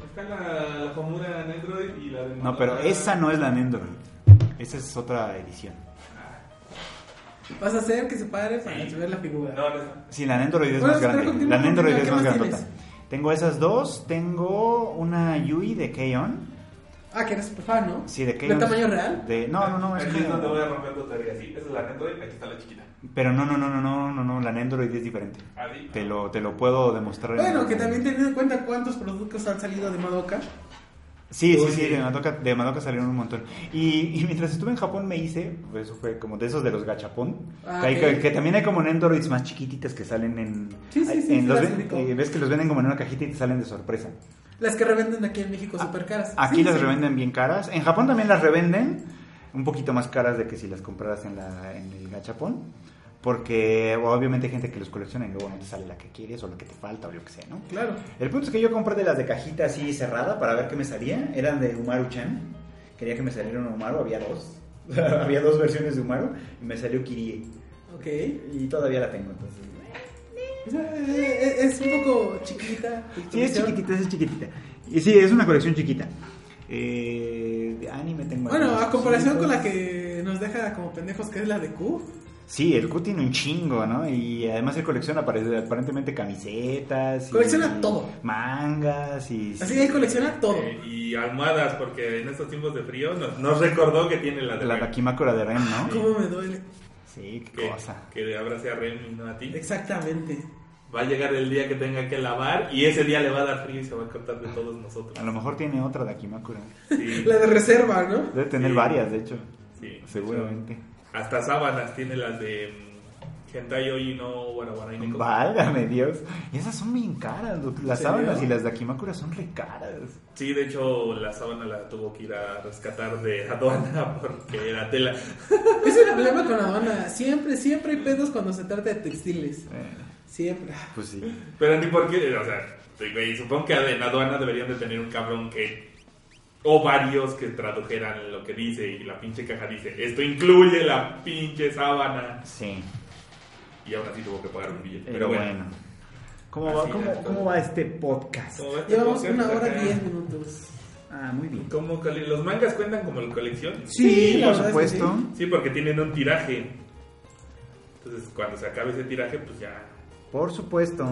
Está la, la comuna en Android y la de...
No, pero esa no es la Nendoroid. Esa es otra edición.
Vas a hacer que se pare para
Sí.
ver la figura.
No, no, no.
Sí, la Nendoroid es
Bueno,
más
espera,
grande.
continúa,
La Nendoroid
continúa,
es
¿qué
más
más
grandota.
tienes?
Tengo esas dos. Tengo una Yui de Keon.
Ah, que eres super fan, ¿no?
Sí, de Keon.
¿De tamaño real?
De, no, no, no. Es
Aquí
como-
no te voy a romper tu teoría, sí, esa es la Android, aquí está la chiquita.
Pero no, no, no, no, no, no, no, la Nendoroid es diferente.
Así.
Te lo, te lo puedo demostrar. en-
Bueno, que también teniendo en cuenta cuántos productos han salido de Madoka.
Sí, sí,
Uy,
sí,
sí.
de Madoka, de Madoka salieron un montón. Y, y mientras estuve en Japón me hice, pues, eso fue como de esos de los gachapón.
Ah,
que, hay-
ok.
que- que también hay como Nendoroids más chiquititas que salen en...
Sí, sí, sí,
en
sí,
los
las
ven-
ubico.
eh, ves que los venden como en una cajita y te salen de sorpresa.
Las que revenden aquí en México super caras.
Ah, Aquí las revenden bien caras. En Japón también las revenden un poquito más caras de que si las compraras en, la, en el gachapón. Porque obviamente hay gente que los colecciona y luego no te sale la que quieres o la que te falta o lo que sea, ¿no?
Claro.
El punto es que yo compré de las de cajita así cerrada para ver qué me salía. Eran de Umaru-chan. Quería que me saliera una Umaru, había dos. había dos versiones de Umaru y me salió Kirie.
Ok.
Y todavía la tengo, entonces.
O sea, eh, Es un poco chiquita.
Sí, es chiquitita, es chiquitita. Y sí, es una colección chiquita. Eh, de anime tengo
Bueno,
algunos
a comparación con
cositos.
la que nos deja como pendejos, que es la de Q.
Sí, el Q tiene un chingo, ¿no? Y además él colecciona apare- aparentemente camisetas. y-
Colecciona todo.
Mangas y.
Así él colecciona todo.
Eh, y almohadas, porque en estos tiempos de frío nos, nos recordó que tiene la de
La
Ren.
Takimakura de Ren, ¿no?
¿Cómo me duele?
Sí, qué
que,
cosa.
que le abrace a Ren y no a ti.
Exactamente.
Va a llegar el día que tenga que lavar y ese día le va a dar frío y se va a cortar de todos
A
nosotros.
lo mejor tiene otra de Akimakura.
Sí,
La de reserva, ¿no?
Debe tener
Sí.
varias, de hecho.
sí.
Seguramente.
Hasta sábanas tiene las de mm, Hentai Oji no Warawaraine. ¿cómo?
Válgame Dios. Y esas son bien caras. lo- Las
¿En serio?
sábanas y las de Akimakura son re caras.
Sí, de hecho la sábana la tuvo que ir a rescatar de aduana porque era tela.
Es el problema con Aduana. Siempre, siempre hay pedos cuando se trata de textiles.
Eh,
Siempre.
pues sí.
Pero ni por qué, o sea, güey, supongo que en aduana deberían de tener un cabrón que... O varios que tradujeran lo que dice y la pinche caja dice, esto incluye la pinche sábana.
Sí.
Y aún así tuvo que pagar un
Eh,
billete.
Pero Eh, bueno. ¿Cómo va,
Así
cómo,
es.
cómo va este podcast?
Como este
Llevamos
podcast
una hora
acá,
diez minutos.
Ah, muy bien.
como cole- los mangas cuentan como la colección.
Sí,
Sí,
la
por
verdad es que
supuesto.
Sí, porque tienen un tiraje. Entonces, cuando se acabe ese tiraje, pues ya.
Por supuesto.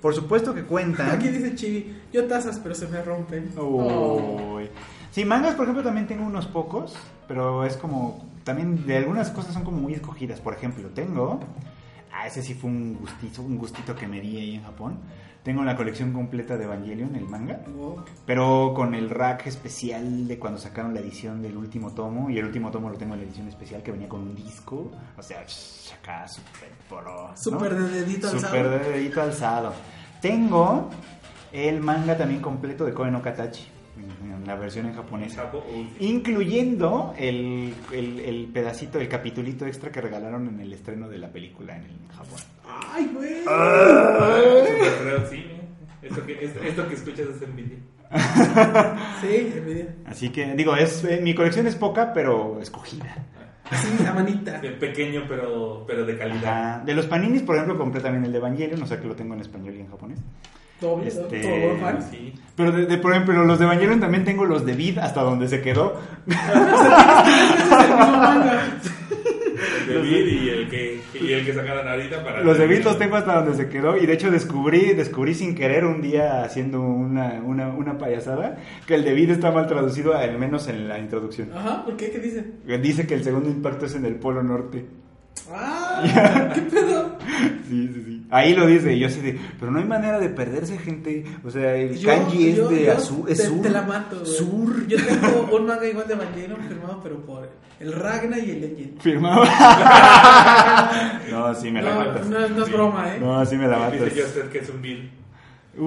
Por supuesto que cuentan.
Aquí dice Chibi, yo tazas pero se me rompen. Oh.
Uy. Sí, mangas, por ejemplo, también tengo unos pocos, pero es como. También de algunas cosas son como muy escogidas. Por ejemplo, tengo. Ah, ese sí fue un gustito, un gustito que me di ahí en Japón. Tengo la colección completa de Evangelion, el manga,
Wow.
pero con el rack especial de cuando sacaron la edición del último tomo. Y el último tomo lo tengo en la edición especial que venía con un disco. O sea, shh, acá super pro. ¿no?
Súper de dedito alzado.
Super de dedito alzado. Tengo el manga también completo de Koe no Katachi, en en la versión en
El
japonés.
sapo, uy, sí.
Incluyendo el, el- el pedacito, el capitulito extra que regalaron en el estreno de la película en, el- en Japón.
Ay, güey.
Ah, super raro, sí, mira. Esto que, esto, esto que escuchas es envidia.
Sí, envidia.
Así que, digo, es eh, mi colección es poca, pero escogida.
Sí, a manita.
De pequeño, pero, pero de calidad.
Ajá. De los paninis, por ejemplo, compré también el de Evangelion, o sea que lo tengo en español y en japonés.
Doble,
Este-
doble, todo buen fan.
Sí.
Pero, de, de- por ejemplo, los de Evangelion también tengo los de Vid hasta donde se quedó.
El de Vid y el que, y el que sacaron ahorita para.
Los de Beat los tengo hasta donde se quedó y de hecho descubrí, descubrí sin querer un día haciendo una, una, una payasada que el de Beat está mal traducido, al menos en la introducción.
Ajá, ¿por qué? ¿Qué dice?
Dice que el segundo impacto es en el Polo Norte.
Ah, ¿qué pedo?
Sí, sí, sí. Ahí lo dice y yo así de, pero no hay manera de perderse gente. O sea, el
Yo-
kanji
yo-
es de
yo
azul, es
te,
sur.
te la mato, güey.
Sur.
Yo tengo un manga igual de Evangelion firmado, pero por el Ragna y el Legend.
Firmado. no, sí me la
no,
matas. No,
no, no es
Sí.
broma, ¿eh?
sí me la matas.
Dice yo a usted este que es un Vid.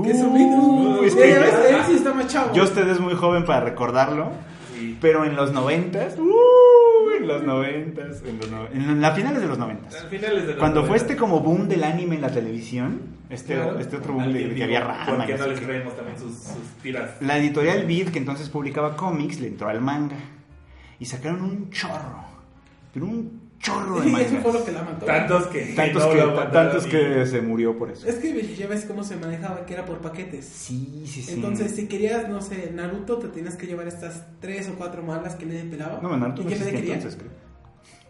Que es un
Uh,
virus.
es
Ya,
que
ya
yo-
ves, él eh, sí está más chavo.
yo usted es muy joven para recordarlo.
Sí.
Pero en los noventas, uh, en los noventas, en, los no- en las finales de los noventas.
Al final es de los
Cuando fue
noventas.
este como boom del anime en la televisión, este,
Claro.
este otro boom de
Alguien
que había
dijo,
rama.
¿Por
y
qué
no
no
sé
les
qué.
traemos también sus, sus tiras?
La editorial Vid, que entonces publicaba cómics, le entró al manga. Y sacaron un chorro. Pero un chorro de
Sí, eso fue lo
mangas.
que la mató.
Tantos que.
Tantos,
no
que,
lo mandaron
tantos
ni-
que se murió por eso.
Es que ya ves cómo se manejaba, que era por paquetes.
Sí, sí, sí.
Entonces, si querías, no sé, Naruto, te tenías que llevar estas tres o cuatro mangas que nadie pelaba.
No, Naruto
¿Y
no
que nadie
existía
quería?
entonces, creo.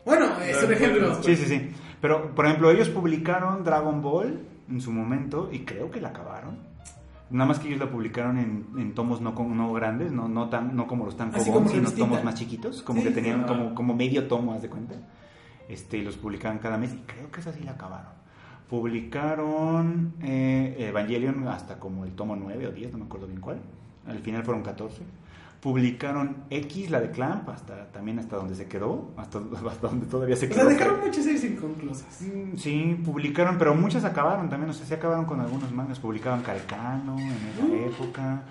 Bueno, es un
no,
ejemplo.
no.
Sí, sí, sí. Pero, por ejemplo, ellos publicaron Dragon Ball en su momento y creo que la acabaron. Nada más que ellos la publicaron en, en tomos no, con- no grandes, no, no, tan, no como los tan
Así
Kobon,
como
sino
revistita.
tomos más chiquitos, como
Sí,
que
sí,
tenían
ajá.
como, como medio tomo, haz de cuenta. Este, y los publicaban cada mes y creo que esa sí la acabaron. Publicaron eh, Evangelion hasta como el tomo 9 o 10, no me acuerdo bien cuál. Al final fueron 14. Publicaron X, la de Clamp, hasta, también hasta donde se quedó, hasta, hasta donde todavía se
O
quedó.
sea, dejaron muchas series inconclusas.
Mm, Sí, publicaron, pero muchas acabaron también, o sea, se acabaron con algunos mangas, publicaban Calcano en esa
Mm.
época.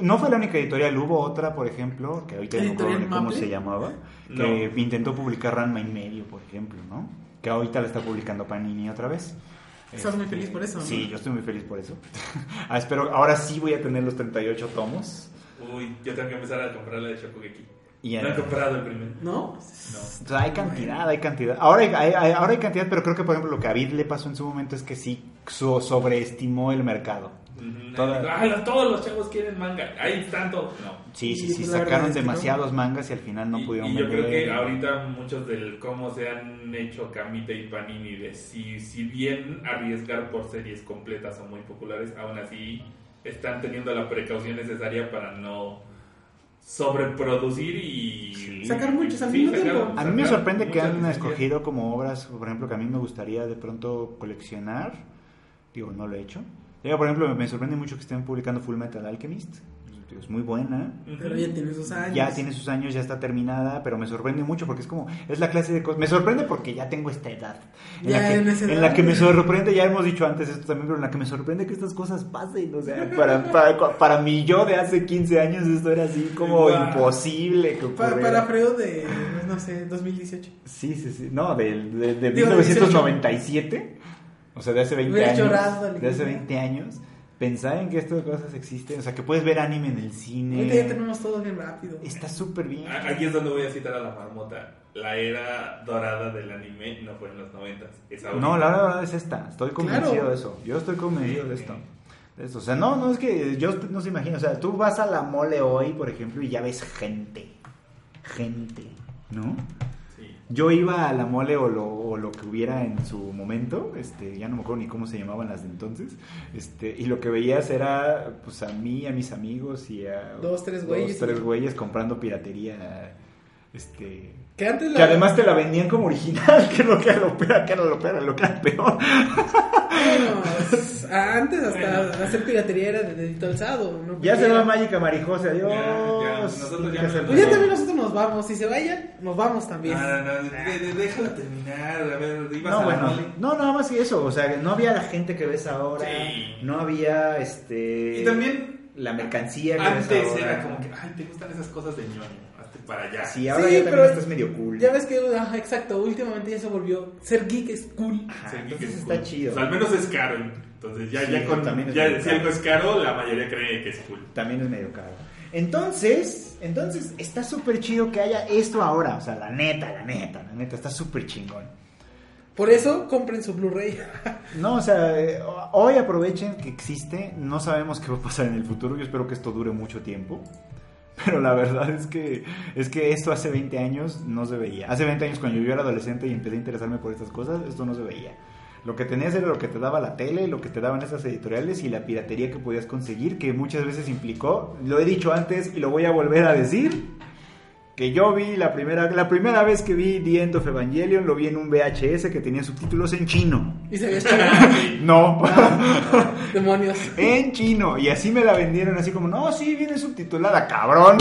No fue la única editorial, hubo otra, por ejemplo, que ahorita no
¿Editorial
recuerdo ni cómo
Maple?
se llamaba, que intentó publicar Ranma y medio, por ejemplo, ¿no? Que ahorita la está publicando Panini otra vez.
Estás muy feliz por eso, ¿no?
Sí, yo estoy muy feliz por eso. ah, espero, ahora sí voy a tener los 38 tomos.
Uy, yo tengo que empezar a comprar la de Shokugeki.
Y
No he
ahora-
comprado el primero.
¿No?
No.
O sea, hay cantidad, hay cantidad. Ahora hay, hay- hay- ahora hay cantidad, pero creo que, por ejemplo, lo que a Vid le pasó en su momento es que sí so- sobreestimó el mercado.
Ujú,
Todas-
digo, "Ay, los- todos los chavos quieren manga. Hay tanto. No.
Sí, sí,
Y
sí,
la verdad
sacaron
es que no.
demasiados mangas y al final no
y,
pudieron
y yo creo
vender.
que ahorita muchos del cómo se han hecho Camita y Panini de si, si bien arriesgar por series completas o muy populares, aún así están teniendo la precaución necesaria para no sobreproducir y
Sí.
Sacar muchos al mismo
sacar-
tiempo.
A mí me
sacar
sorprende que
muchas
han
licencias.
escogido como obras, por ejemplo, que a mí me gustaría de pronto coleccionar. Digo, no lo he hecho. Digo, por ejemplo, me sorprende mucho que estén publicando Full Metal Alchemist. Digo, es muy buena.
Ujú.
Pero ya tiene sus años.
Ya tiene sus años, ya está terminada, pero me sorprende mucho porque es como, es la clase de cosas. Me sorprende porque ya tengo esta edad. En,
Ya
la, que,
en esa
en
edad.
la que me sorprende, ya hemos dicho antes esto también, pero en la que me sorprende que estas cosas pasen. O sea, para, para, para mi yo de hace 15 años esto era así como
Guau.
imposible que
Pa-
ocurriera.
para Freud de, pues, no sé, 2018.
Sí, sí, sí. No, del- de, de,
Digo, de
1997. O sea, de hace 20
Hubiera
años.
llorado al
de hace
niño.
20 años. Pensar en que estas cosas existen. O sea, que puedes ver anime en el
Ahorita ya
cine.
tenemos todo bien rápido.
Está súper bien.
A- Aquí es donde voy a citar a la marmota. La era dorada del anime no fue en los 90. Es ahora.
No, la verdad es esta. Estoy convencido
Claro.
de eso. Yo estoy convencido
Sí,
de
sí.
esto. De esto. O sea, no, no es que yo no se imagino. O sea, tú vas a la mole hoy, por ejemplo, y ya ves gente. Gente. ¿No?
Sí.
Yo iba a la mole o lo, o lo que hubiera en su momento, este, ya no me acuerdo ni cómo se llamaban las de entonces, este, y lo que veías era pues a mí, a mis amigos y a
Dos, tres güeyes.
dos, tres güeyes comprando piratería, este,
Que antes la-
que además te la vendían como original, que lo que era lo peor, que era lo peor, lo que era peor.
Bueno, s- ah, antes hasta hacer piratería era de dedito alzado. ¿no?
Ya se
Cualquiera.
va Mágica Marijosa, adiós.
Ya, ya, nosotros ya
Nunca
nos-
se
Pues ya
puede.
también nosotros nos vamos. Si se vayan, nos vamos también.
No, no,
Ah.
no, de- de- déjalo terminar. A ver, ibas a
No,
la
bueno,
mole.
no, nada más que eso, o sea, no había la gente que ves ahora,
Sí.
no había, este...
Y también-
La mercancía que ves
Antes
ahora.
era como que, ay, te gustan esas cosas de ñoño. Hazte para allá.
Sí, ahora
Sí,
ya también
pero-
estás medio cool.
Ya ves que, ah, exacto, últimamente ya se volvió. Ser geek es cool.
Ajá,
Sí, que
entonces
es
está
cool.
chido.
O sea, "Pues, al menos es caro. Entonces, ya,
Sí,
ya, con,
también es
ya
muy
si
caro.
algo es caro, la mayoría cree que es cool.
También es medio caro. Entonces, entonces está súper chido que haya esto ahora. O sea, la neta, la neta, la neta, está súper chingón.
Por eso compren su Blu-ray.
No, o sea, eh, hoy aprovechen que existe. No sabemos qué va a pasar en el futuro. Yo espero que esto dure mucho tiempo. Pero la verdad es que, es que esto hace 20 años no se veía. Hace 20 años cuando yo era adolescente y empecé a interesarme por estas cosas, esto no se veía. Lo que tenías era lo que te daba la tele, lo que te daban esas editoriales y la piratería que podías conseguir, que muchas veces implicó, lo he dicho antes y lo voy a volver a decir, que yo vi la primera, la primera vez que vi The End of Evangelion, lo vi en un VHS que tenía subtítulos en chino.
Y se veía chido.
No,
Demonios.
en chino. Y así me la vendieron, así como, no, sí, viene subtitulada, cabrón.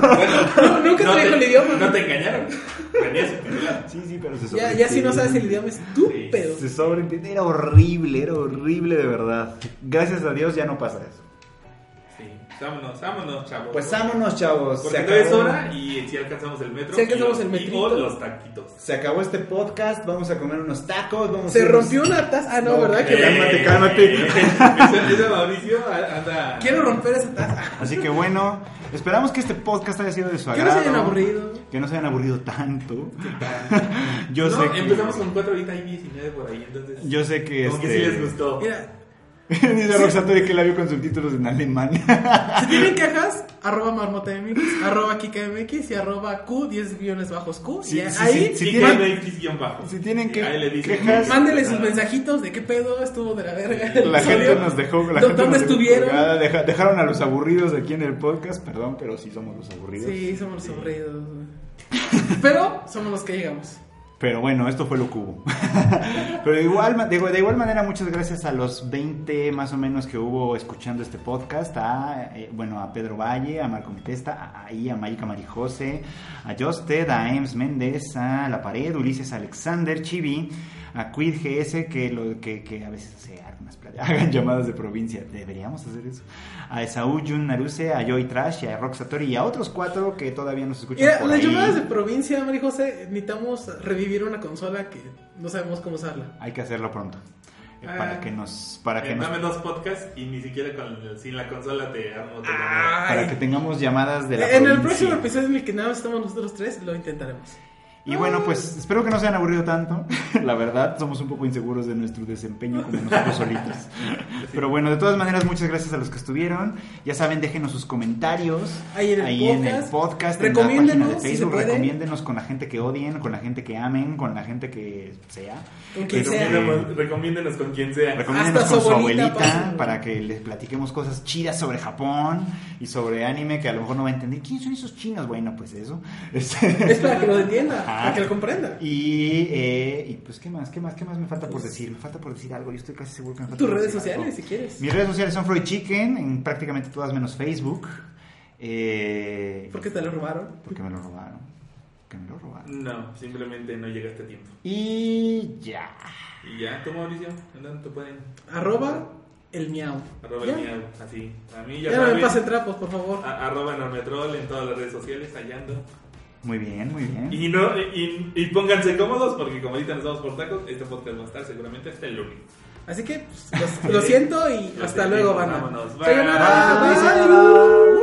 No, nunca te dijo
te,
el idioma.
No te engañaron. Venía subtitulado.
Sí, sí, pero se
Ya, ya si no sabes el idioma, es tu
Sí,
pedo.
Se sobreentiende, era horrible, era horrible de verdad. Gracias a Dios ya no pasa eso.
Sí. Vámonos, vámonos, chavos.
Pues vámonos, chavos.
Porque no es hora y si alcanzamos el metro.
Si alcanzamos
y
el
los- y-
metrito.
O los taquitos.
Se acabó este podcast, vamos a comer unos tacos, vamos a
Se
hacer unos-
rompió una taza. Ah, no,
No,
¿verdad? Que
cálmate, cálmate.
Eh, Ese- ese Mauricio anda.
Quiero romper esa taza.
Así que bueno, esperamos que este podcast haya sido de su
Que
agrado.
no se hayan aburrido.
Que no se hayan aburrido tanto. Yo
no,
sé que...
empezamos con 4 ahorita hay 19 por ahí, entonces.
Yo sé que...
como que
este-
sí les gustó.
Mira,
Dice Roxanne que la vio con subtítulos en Alemania.
si tienen quejas, arroba marmotamx, arroba kikmx y arroba q, 10 guiones bajos q.
Sí,
y
sí,
ahí,
sí,
Si
si
tienen
tienen-
X guión bajo.
si tienen
Y
que-
ahí le dicen
quejas-
que-
Mándenle sus mensajitos de qué pedo estuvo de la verga. el
La gente
episodio.
nos dejó. La gente
¿Dó- ¿Dónde
nos dejó
estuvieron?
colgada, deja- dejaron a los aburridos aquí en el podcast, perdón, pero sí somos los aburridos.
Sí, somos los aburridos. güey. Pero somos los que llegamos.
Pero bueno, esto fue lo que hubo. Pero igual, ma- digo, de igual manera, muchas gracias a los 20 más o menos que hubo escuchando este podcast. A, eh, bueno, a Pedro Valle, a Marco Metesta, a, ahí, a Maika Marijose, a Josted, a Ems Méndez, a La Pared, Ulises Alexander, Chibi, a Quid GS, que, lo, que, que a veces se hagan, unas pla- hagan llamadas de provincia. Deberíamos hacer eso. A Esaú Jun Naruse, a Joy Trash, a Rock Satori y a otros cuatro que todavía nos escuchan.
Mira,
por
las
ahí.
llamadas de provincia, Mari José, necesitamos revivir una consola que no sabemos cómo usarla.
Hay que hacerlo pronto. eh, para
Ah.
que nos. Para que
Eh,
nos-
Dame dos podcasts y ni siquiera con, sin la consola te armo tu llamada.
Ay.
Para que tengamos llamadas de la
en el
provincia.
próximo episodio en el que nada más estamos nosotros tres, lo intentaremos.
Y bueno, pues espero que no se hayan aburrido tanto. La verdad, somos un poco inseguros de nuestro desempeño como nosotros solitos. Pero bueno, de todas maneras, muchas gracias a los que estuvieron. Ya saben, déjenos sus comentarios
Ahí en el
en el
podcast.
podcast, en la
Recomiéndenos,
página de
si se
Facebook.
puede.
recomiéndenos con la gente que odien, con la gente que amen, con la gente que sea.
Con quien
Este,
sea.
Recomiéndanos, recomiéndanos con quien sea.
Recomiéndenos
Hasta
con
su
su
abuelita,
abuelita
pasen.
para que les platiquemos cosas chidas sobre Japón y sobre anime que a lo mejor no va a entender. ¿Quiénes son esos chinos? Bueno, pues eso. Este,
Es para que lo entienda,
Ajá.
para que lo comprenda.
Y, eh, y pues, ¿qué más? ¿Qué más? ¿Qué más me falta por decir? Me falta por decir algo. Yo estoy casi seguro que me falta
Tus
por
redes
decir algo.
sociales, si quieres.
Mis redes sociales son Freud Chicken, en prácticamente todas menos Facebook. Eh,
Porque te lo robaron.
porque me lo robaron. Porque me lo robaron.
No, simplemente no llegaste a tiempo.
Y ya.
Y ya, tú Mauricio, ¿en dónde te pueden?
Arroba el miau.
Arroba
Ya.
el miau, así. A mí ya,
Ya Ah. no me
saben,
pasen trapos, por favor.
a- Arroba Normetrol en todas las redes sociales, hallando.
Muy bien, muy bien.
Y, no, y, y pónganse cómodos porque como ahorita nos vamos por tacos, este podcast va a estar seguramente hasta el lunes.
Así que pues, los- lo siento y
Lo
hasta
sentimos,
luego, banda.
vámonos. Bye.
Sayonara,
Bye.
bye.